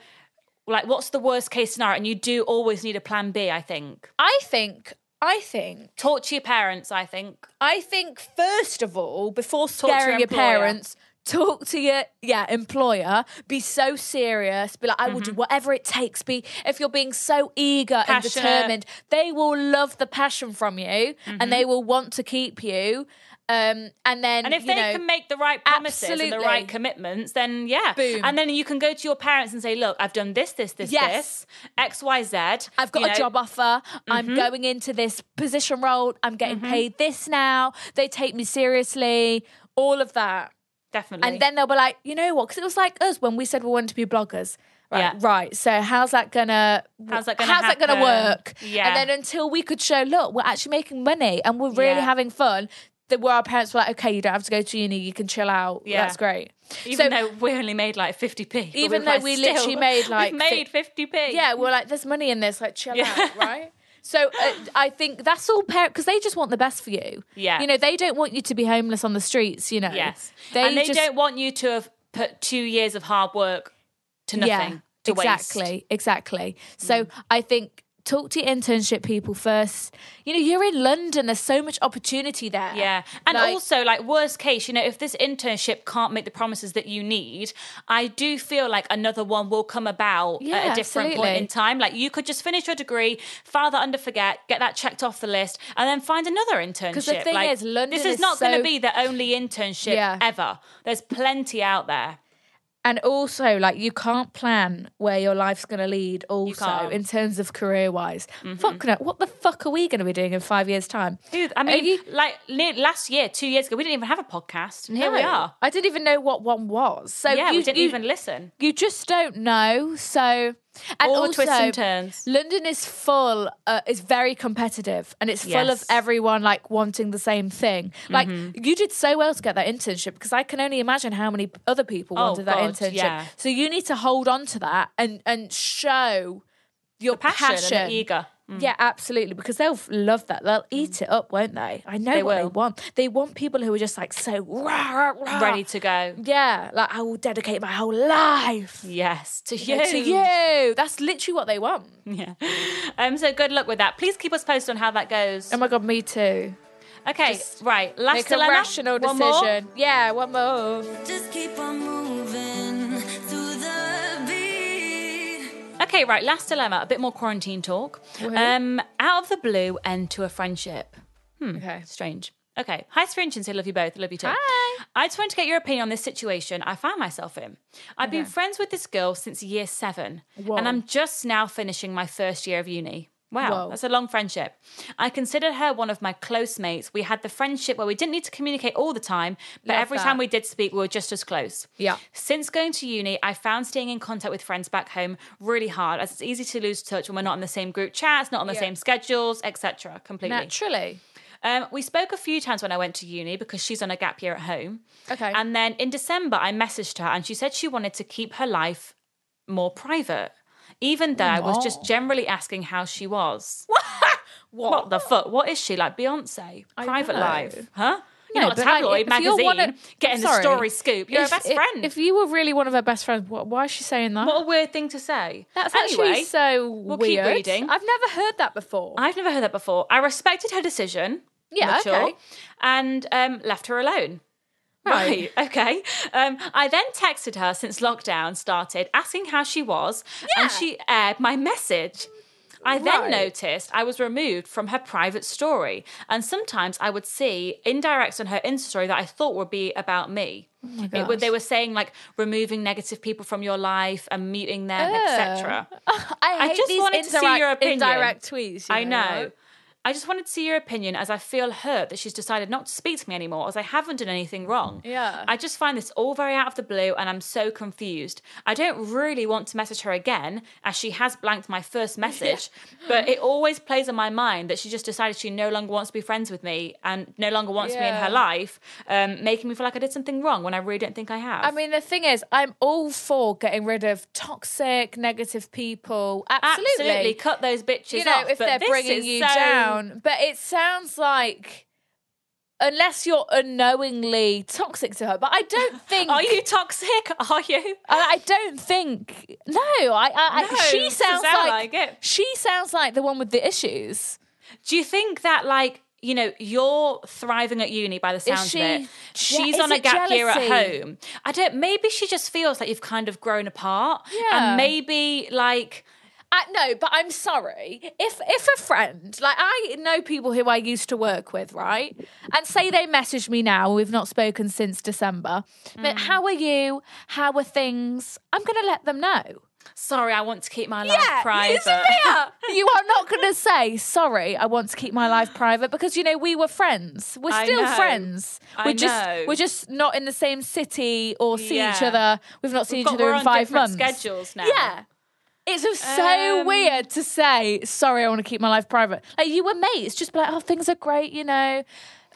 B: like what's the worst case scenario? And you do always need a plan B. I think
C: I think. I think.
B: talk to your parents. I think
C: I think first of all, before
B: to your
C: scaring your,
B: employer.
C: parents, talk to your yeah employer. Be so serious. Be like, I will do whatever it takes. Be if you're being so eager
B: Mm-hmm.
C: and
B: Passionate.
C: determined, they will love the passion from you, and they will want to keep you. Um, and then
B: Mm-hmm. And if
C: you
B: they
C: know,
B: can make the right promises and
C: Absolutely.
B: the right commitments, then yeah.
C: Boom.
B: And then you can go to your parents and say, look, I've done this, this, this,
C: Yes.
B: this, X, Y, Z.
C: I've got a job offer.
B: Mm-hmm.
C: I'm going into this position role. I'm getting paid this now. They take me seriously. All of that.
B: Definitely.
C: And then they'll be like, you know what? Because it was like us when we said we wanted to be bloggers. Right,
B: Yeah.
C: right. So how's that gonna?
B: How's that gonna
C: How's that gonna work?
B: happen? Yeah.
C: And then until we could show, look, we're actually making money and we're really
B: Yeah.
C: having fun. That where our parents were like, okay, you don't have to go to uni. You can chill out.
B: Yeah.
C: That's great. so,
B: Even though we only made like 50p. but
C: Even
B: we
C: though
B: were
C: we
B: still-
C: literally made,
B: we've
C: like,
B: made 50p.
C: yeah, we're like, there's money in this. Like, chill
B: Yeah.
C: out, right? So uh, I think that's all parents because they just want the best for you.
B: Yeah.
C: You know, they don't want you to be homeless on the streets. You know.
B: Yes.
C: They,
B: and they
C: just,
B: don't want you to have put two years of hard work to nothing. to
C: exactly,
B: Waste. Mm.
C: exactly. So I think talk to your internship people first. You know, you're in London. There's so much opportunity there.
B: Yeah. And
C: Like-
B: also, like, worst case, you know, if this internship can't make the promises that you need, I do feel like another one will come about at
C: Yeah,
B: a different
C: absolutely.
B: point in time. Like, you could just finish your degree, file that under forget, get that checked off the list, and then find another internship.
C: thing
B: like,
C: is, London
B: This
C: is
B: is not going
C: so-
B: to be the only internship
C: Yeah.
B: ever. There's plenty out there.
C: and also like you can't plan where your life's going to lead. Also
B: can't. Mm-hmm.
C: in terms of career wise, fuck no. What the fuck are we going to be doing in five years' time?
B: Dude, I
C: Are
B: mean,
C: you-
B: like li- last year, two years ago, we didn't even have a podcast, and here we
C: No.
B: are.
C: I didn't even know what one was. So
B: yeah,
C: you,
B: we didn't
C: you-
B: even listen.
C: you just don't know. So, and
B: All
C: also,
B: the twists and turns.
C: London is full. Uh, it's very competitive, and it's full of
B: Yes. Mm-hmm.
C: everyone like wanting the same thing. Like you did so well to get that internship because I can only imagine how many other people
B: Oh,
C: wanted that
B: God,
C: internship.
B: yeah.
C: So you need to hold on to that and and show your
B: Passion, and the Mm. eager.
C: Yeah, absolutely. Because they'll f- love that. They'll eat it up, won't they? I know
B: Mm. They
C: what
B: will.
C: they want. They want people who are just like so rah, rah, rah.
B: Ready to go.
C: Yeah, like I will dedicate my whole life
B: Yes, to you.
C: to you. That's literally what they want.
B: Yeah. Um, so good luck with that. Please keep us posted on how that goes.
C: Oh my god, me too.
B: Okay,
C: just
B: right. Last
C: Make
B: dilemma.
C: a rational
B: One more?
C: decision. Yeah, one more.
A: Just keep on moving through the beat.
B: Okay, right. Last dilemma. A bit more quarantine talk. Um, out of the blue, end to a friendship.
C: Okay.
B: Strange. Okay. Hi, Strange and say love you both. Love you too. Hi. I just wanted to get your opinion on this situation I found myself in. I've been friends with this girl since year seven, and I'm just now finishing my first year of uni. Wow,
C: Whoa.
B: that's a long friendship. I considered her one of my close mates. We had the friendship where we didn't need to communicate all the time, but
C: Love
B: every
C: that.
B: time we did speak, we were just as close.
C: Yeah.
B: Since going to uni, I found staying in contact with friends back home really hard, as it's easy to lose touch when we're not in the same group chats, not on the
C: Yeah.
B: same schedules, etc. Completely.
C: Naturally.
B: Um, we spoke a few times when I went to uni because she's on a gap year at home.
C: Okay.
B: And then in December, I messaged her and she said she wanted to keep her life more private, even though I was just generally asking how she was. What? What, the fuck? What is she like? Beyonce? Private
C: know.
B: life? Huh? You're
C: No,
B: not a
C: but, like,
B: tabloid
C: if you're
B: magazine
C: one of-
B: getting
C: I'm
B: the
C: sorry.
B: story scoop. You're
C: If-
B: her best
C: if-
B: friend.
C: If you were really one of her best friends, wh- why is she saying that?
B: what a weird thing to say.
C: That's
B: anyway,
C: actually so
B: we'll keep
C: weird.
B: reading.
C: I've never heard that before.
B: I've never heard that before. I respected her decision.
C: Yeah,
B: mature,
C: okay.
B: And um, left her alone.
C: Right.
B: Right. Okay. Um, I then texted her since lockdown started, asking how she was, and she aired my message. I
C: Right.
B: then noticed I was removed from her private story, and sometimes I would see indirects on her Insta story that I thought would be about me. It would- they were saying like removing negative people from your life and muting them, etc. I
C: hate
B: just
C: these
B: wanted to see
C: indirect-
B: your opinion.
C: Indirect tweets. you
B: I know.
C: right?
B: I just wanted to see your opinion as I feel hurt that she's decided not to speak to me anymore as I haven't done anything wrong.
C: Yeah.
B: I just find this all very out of the blue and I'm so confused. I don't really want to message her again as she has blanked my first message, but it always plays on my mind that she just decided she no longer wants to be friends with me and no longer wants me in
C: Yeah.
B: her life, um, making me feel like I did something wrong when I really don't think I have.
C: I mean, the thing is, I'm all for getting rid of toxic, negative people. Absolutely.
B: absolutely, cut those bitches
C: You know,
B: off,
C: if
B: but
C: they're
B: this
C: bringing
B: is
C: you
B: so-
C: down. But it sounds like, unless you're unknowingly toxic to her, but I don't think.
B: Are you toxic? Are you?
C: I I don't think. No, I. I,
B: No,
C: I she
B: doesn't
C: sounds
B: sound
C: like,
B: like it.
C: She sounds like the one with the issues.
B: Do you think that like you know you're thriving at uni by the sounds
C: she
B: of it?
C: je-
B: She's
C: is
B: on a
C: it
B: gap year at
C: jealousy?
B: home. I don't. Maybe she just feels like you've kind of grown apart,
C: Yeah.
B: and maybe like
C: Uh, no, but I'm sorry. If if a friend, like I know people who I used to work with, right, and say they message me now, we've not spoken since December.
B: Mm.
C: But how are you? How are things? I'm gonna let them know.
B: sorry, I want to keep my life private.
C: listen here. you are not gonna say sorry. I want to keep my life private because you know we were friends. We're
B: I
C: still
B: know.
C: friends.
B: I
C: we're just
B: know.
C: we're just not in the same city or see each
B: Yeah.
C: other. We've not seen
B: We've
C: each other
B: got- we're
C: in
B: on
C: five
B: different
C: months.
B: schedules now.
C: Yeah. It's just so
B: Um,
C: weird to say, sorry, I want to keep my life private. Like, you were mates, just be like, oh, things are great, you know.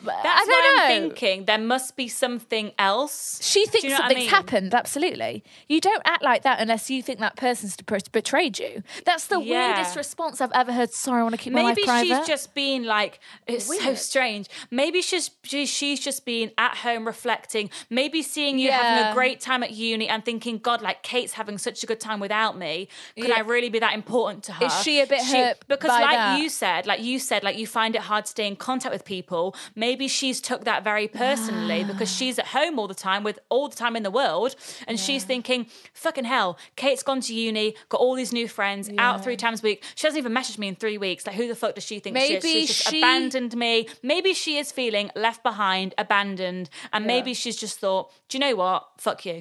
C: But
B: That's
C: I don't
B: what
C: know.
B: I'm thinking. There must be something else.
C: She
B: Do
C: thinks
B: you know what I
C: something's
B: mean?
C: happened, absolutely. You don't act like that unless you think that person's de- betrayed you. That's the
B: Yeah.
C: weirdest response I've ever heard. Sorry, I want to keep my
B: Maybe
C: life private.
B: she's just been like, it's so strange. Maybe she's she- she's just been at home reflecting. Maybe seeing you having
C: Yeah.
B: a great time at uni and thinking, God, like Kate's having such a good time without me. Could I really be that important to her?
C: Is she a bit hurt
B: Because,
C: by
B: like
C: that?
B: you said, like you said, like you find it hard to stay in contact with people. Maybe she's took that very personally because she's at home all the time with all the time in the world, and she's thinking, fucking hell, Kate's gone to uni, got all these new friends, out three times a week. She hasn't even messaged me in three weeks. Like, who the fuck does she think she is?
C: Maybe
B: She's just
C: she-
B: abandoned me. Maybe she is feeling left behind, abandoned, and maybe she's just thought, do you know what? Fuck you.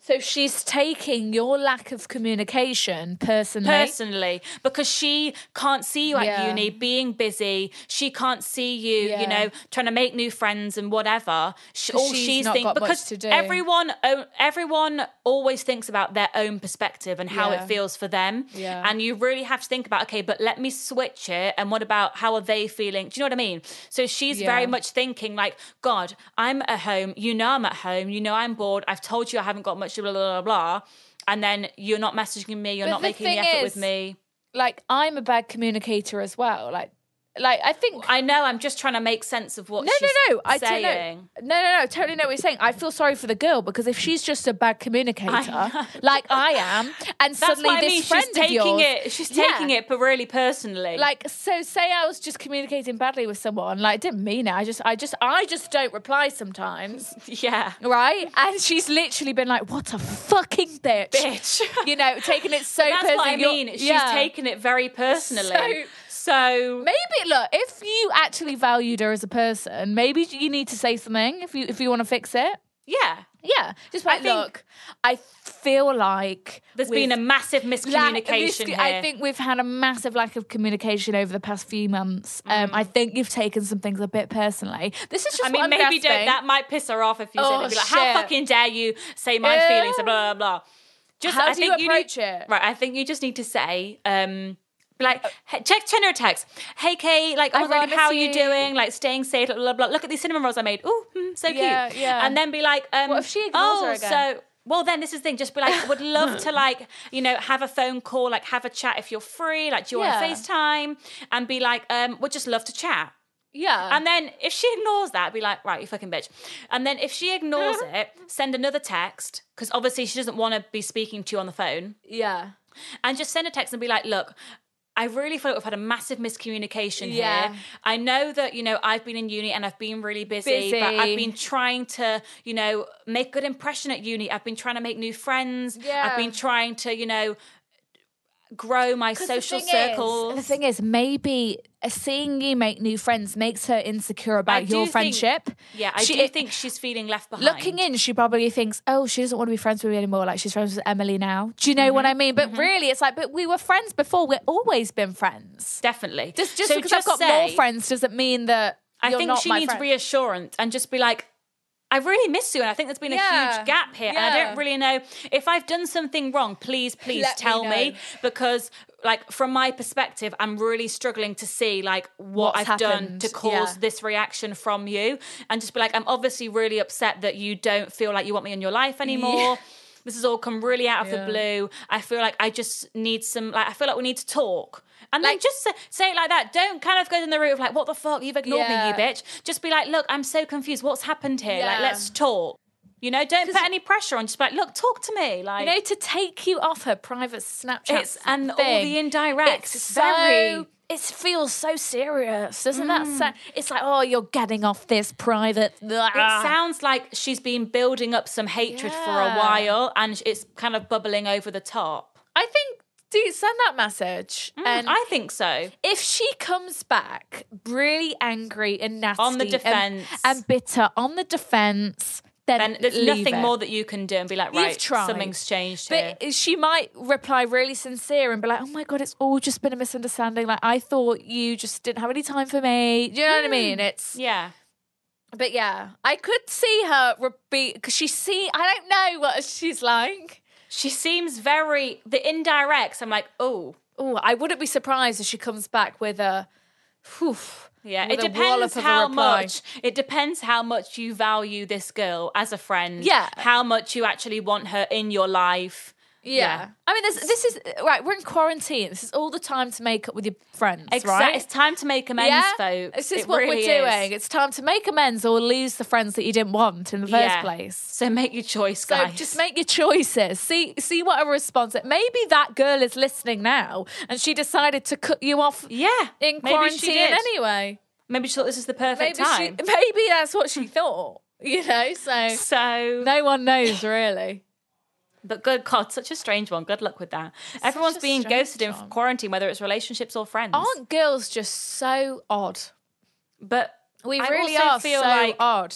C: so she's taking your lack of communication personally.
B: personally because she can't see you at
C: Yeah.
B: uni being busy she can't see you
C: Yeah.
B: you know trying to make new friends and whatever she,
C: 'Cause
B: all
C: she's
B: she's,
C: not
B: think-
C: got much
B: because
C: to do.
B: everyone o- everyone always thinks about their own perspective and how
C: Yeah.
B: it feels for them
C: Yeah.
B: and you really have to think about okay but let me switch it and what about how are they feeling do you know what i mean so she's
C: Yeah.
B: very much thinking like god i'm at home you know i'm at home you know i'm bored i've told you i haven't got much blah blah blah blah, blah. and then you're not messaging me you're
C: But
B: not
C: the
B: making the
C: thing
B: effort
C: is,
B: with me
C: like I'm a bad communicator as well. Like, like I think
B: I know. I'm just trying to make sense of what.
C: no,
B: she's
C: no, no. I don't know.
B: saying.
C: No, no, no. Totally know what you're saying. I feel sorry for the girl because if she's just a bad communicator,
B: know.
C: like I am, and
B: That's
C: suddenly
B: what I
C: this
B: mean.
C: friend
B: She's
C: of
B: taking
C: yours,
B: it. She's
C: Yeah.
B: taking it, but really personally.
C: Like, so say I was just communicating badly with someone. Like, I didn't mean it. I just, I just, I just don't reply sometimes.
B: yeah,
C: Right? And she's literally been like, what a fucking bitch.
B: bitch.
C: You know, taking it so
B: That's
C: personally.
B: what I
C: You're-
B: mean. She's
C: yeah.
B: taken it very personally. So,
C: Maybe look, if you actually valued her as a person, maybe you need to say something if you if you want to fix it.
B: yeah,
C: Yeah, just
B: I
C: like
B: think-
C: look, I feel like
B: there's
C: with-
B: been a massive
C: Lack-
B: miscommunication
C: this-
B: here.
C: I think we've had a massive lack of communication over the past few months. Um, I think you've taken some things a bit personally. This is just.
B: Mm. I
C: what
B: mean,
C: I'm
B: maybe
C: grasping.
B: don't, that might piss her off if you
C: Oh,
B: say that. Be like, how
C: shit.
B: fucking dare you say my
C: Ew.
B: feelings? and Blah blah blah. Just,
C: How
B: I
C: do you
B: think
C: approach
B: need,
C: it?
B: Right, I think you just need to say, um, be like, hey, check send her a text. Hey, Kate, like, oh
C: I
B: my god,
C: really
B: how are
C: miss
B: you
C: you."
B: doing? Like, staying safe. Blah blah blah. Look at these cinnamon rolls I made. Ooh, hmm, so
C: Yeah,
B: cute.
C: yeah.
B: And then be like, um,
C: What if she ignores
B: oh,
C: her again?
B: so. Well, then this is the thing. Just be like, would love to like, you know, have a phone call, like have a chat if you're free. Like, do you
C: Yeah.
B: want to FaceTime? And be like, um, would just love to chat.
C: yeah,
B: And then if she ignores that, be like, right, you fucking bitch. And then if she ignores it, send another text because obviously she doesn't want to be speaking to you on the phone,
C: yeah,
B: and just send a text and be like, look. I really feel like we've had a massive miscommunication
C: Yeah.
B: here. I know that, you know, I've been in uni and I've been really busy, but
C: Busy.
B: I've been trying to, you know, make good impression at uni. I've been trying to make new friends.
C: Yeah.
B: I've been trying to, you know, grow my
C: 'Cause
B: social
C: the thing is-
B: circles.
C: the thing is, maybe uh, seeing you make new friends makes her insecure
B: I
C: about
B: do
C: your
B: think-
C: friendship.
B: yeah, I
C: She-
B: do think she's feeling left behind.
C: Looking in, she probably thinks, oh, she doesn't want to be friends with me anymore. Like she's friends with Emily now. Do you know what I
B: Mm-hmm.
C: mean? But really, it's like, but we were friends before. We've always been friends.
B: Definitely.
C: Just, just
B: So
C: because I've
B: just
C: got more
B: say-
C: friends doesn't mean that
B: I
C: you're
B: think
C: not
B: she
C: my
B: needs
C: friend.
B: reassurance and just be like, I really miss you, and I think there's been a
C: Yeah.
B: huge gap here, and I
C: Yeah.
B: don't really know if I've done something wrong. Please, please
C: Let me
B: tell me,
C: know.
B: because, like, from my perspective, I'm really struggling to see like what
C: What's
B: I've done
C: happened,
B: to cause
C: yeah.
B: this reaction from you, and just be like, I'm obviously really upset that you don't feel like you want me in your life anymore. This has all come really out of the blue. I feel like I just need some. Like, I feel like we need to talk. And then
C: Like-
B: just say, say it like that. Don't kind of go down the route of like, what the fuck? You've ignored me,
C: Yeah.
B: you bitch. Just be like, look, I'm so confused. What's happened here? Like,
C: Yeah.
B: let's talk. You know, don't put any pressure on. Just be like, look, talk to me. Like,
C: You know, to take you off her private Snapchat
B: It's- and all
C: thing,
B: the indirects, it's
C: so-
B: very- Mm.
C: It feels so serious, doesn't that? Sound, it's like, oh, you're getting off this private.
B: it sounds like she's been building up some hatred for
C: Ah.
B: a
C: Yeah.
B: while, and it's kind of bubbling over the top.
C: I think, dude, send that message.
B: Mm,
C: and
B: I think so.
C: if she comes back really angry and nasty,
B: On the
C: and-
B: defense.
C: and, bitter on the defense, then,
B: Then there's
C: leave
B: nothing
C: it.
B: more that you can do, and be like,
C: You've
B: right,
C: tried.
B: something's changed here.
C: But she might reply really sincere and be like, "Oh my god, it's all just been a misunderstanding. Like I thought you just didn't have any time for me. Do you know what I
B: Mm.
C: mean? It's
B: yeah,
C: but yeah, I could see her re- be because she see. I don't know what she's like.
B: she seems very the indirects. I'm like, oh,
C: Oh, I wouldn't be surprised if she comes back with a. Whew,
B: Yeah,
C: with
B: it
C: a wallop
B: depends
C: of a
B: how
C: reply.
B: much. It depends how much you value this girl as a friend.
C: Yeah.
B: how much you actually want her in your life.
C: Yeah. I mean, this, this is right. We're in quarantine. This is all the time to make up with your friends,
B: Exactly.
C: right?
B: It's time to make amends, folks.
C: This is
B: It
C: what
B: really
C: we're
B: is.
C: doing. It's time to make amends or lose the friends that you didn't want in the first
B: Yeah.
C: place.
B: So make your choice,
C: So
B: guys.
C: just make your choices. See, see what a response. Maybe that girl is listening now, and she decided to cut you off.
B: Yeah,
C: in
B: maybe she
C: quarantine
B: did.
C: anyway.
B: Maybe she thought this is the
C: Maybe
B: perfect
C: she,
B: time.
C: maybe that's what she thought. You know, so
B: So,
C: no one knows really.
B: but good God, such a strange one. Good luck with that. Everyone's
C: a
B: being
C: strange
B: ghosted in
C: one.
B: quarantine, whether it's relationships or friends.
C: Aren't girls just so odd?
B: But
C: We
B: I
C: really
B: also
C: are
B: feel
C: so
B: like
C: odd.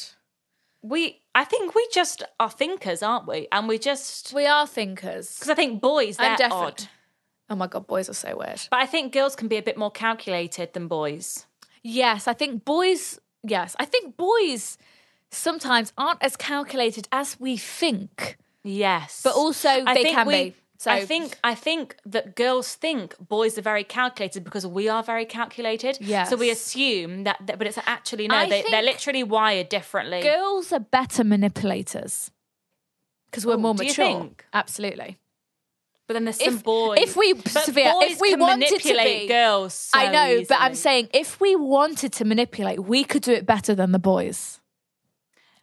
B: we. I think we just are thinkers, aren't we? And we just
C: We are thinkers.
B: because I think boys they're
C: I'm defi-
B: odd.
C: Oh my god, boys are so weird.
B: But I think girls can be a bit more calculated than boys.
C: Yes, I think boys. Yes, I think boys sometimes aren't as calculated as we think.
B: Yes.
C: But also they can be. So-
B: I think I think that girls think boys are very calculated because we are very calculated.
C: Yes.
B: So we assume that, that- but it's actually no,
C: I
B: they, they're
C: think
B: literally wired differently.
C: Girls are better manipulators because we're
B: Ooh,
C: more
B: Oh, do you
C: mature.
B: think?
C: Absolutely.
B: But then there's some
C: If-
B: boys.
C: if we-
B: but
C: Sophia,
B: boys
C: if we
B: can
C: wanted to
B: manipulate
C: be-
B: girls, so
C: I know, but I'm
B: easily.
C: saying if we wanted to manipulate, we could do it better than the boys.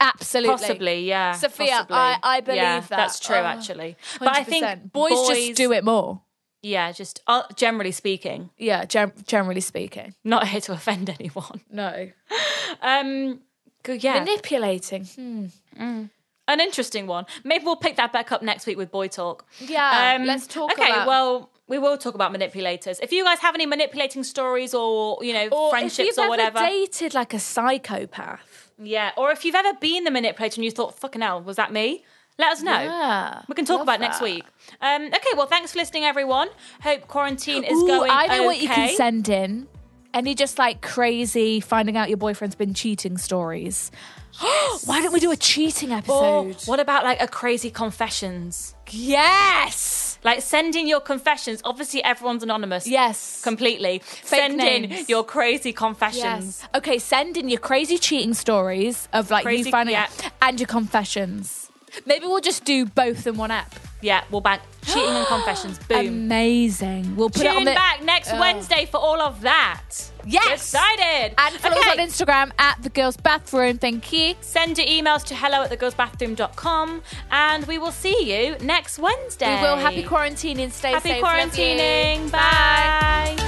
C: Absolutely.
B: Possibly, yeah.
C: Sophia,
B: possibly.
C: I- I believe
B: Yeah,
C: that.
B: That's true,
C: Oh,
B: actually. But I think
C: 100%. boys, just do it more.
B: Yeah, just uh, generally speaking,
C: Yeah, gen- generally speaking.
B: not here to offend anyone.
C: No.
B: Um, good, yeah,
C: Manipulating. Hmm.
B: an interesting one. Maybe we'll pick that back up next week with boy talk. Um,
C: Yeah, let's talk
B: Okay,
C: about-
B: well. We will talk about manipulators. If you guys have any manipulating stories or you know
C: Or if
B: friendships
C: you've
B: or
C: ever
B: whatever,
C: dated like a psychopath.
B: yeah, or if you've ever been the manipulator and you thought "fucking hell," was that me? Let us know.
C: Yeah,
B: we can talk
C: love
B: about it next
C: that.
B: week. Um, okay, well, thanks for listening, everyone. Hope quarantine is
C: Ooh,
B: going.
C: I know what you can
B: okay.
C: send in. Any just like crazy finding out your boyfriend's been cheating stories. Why don't we do a cheating
B: Or
C: episode?
B: what about like a crazy confessions?
C: Yes.
B: Like send in your confessions. Obviously, everyone's anonymous.
C: Yes.
B: completely. send in
C: names.
B: your crazy confessions.
C: Yes. Okay, send in your crazy cheating stories of like
B: Crazy-
C: you finding
B: yeah.
C: out and your confessions. Maybe we'll just do both in one app.
B: Yeah, we'll bank cheating and confessions. Boom.
C: Amazing. We'll Um, put
B: Tune
C: it on the
B: back next
C: Ugh.
B: Wednesday for all of that.
C: Yes.
B: excited.
C: And follow
B: okay.
C: us on Instagram at the girls bathroom. Thank you.
B: Send your emails to hello at thegirlsbathroom.com and we will see you next Wednesday.
C: We will happy quarantining. Stay
B: Happy
C: safe. Love you.
B: quarantining. Bye.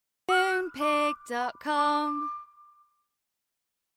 E: Moonpig.com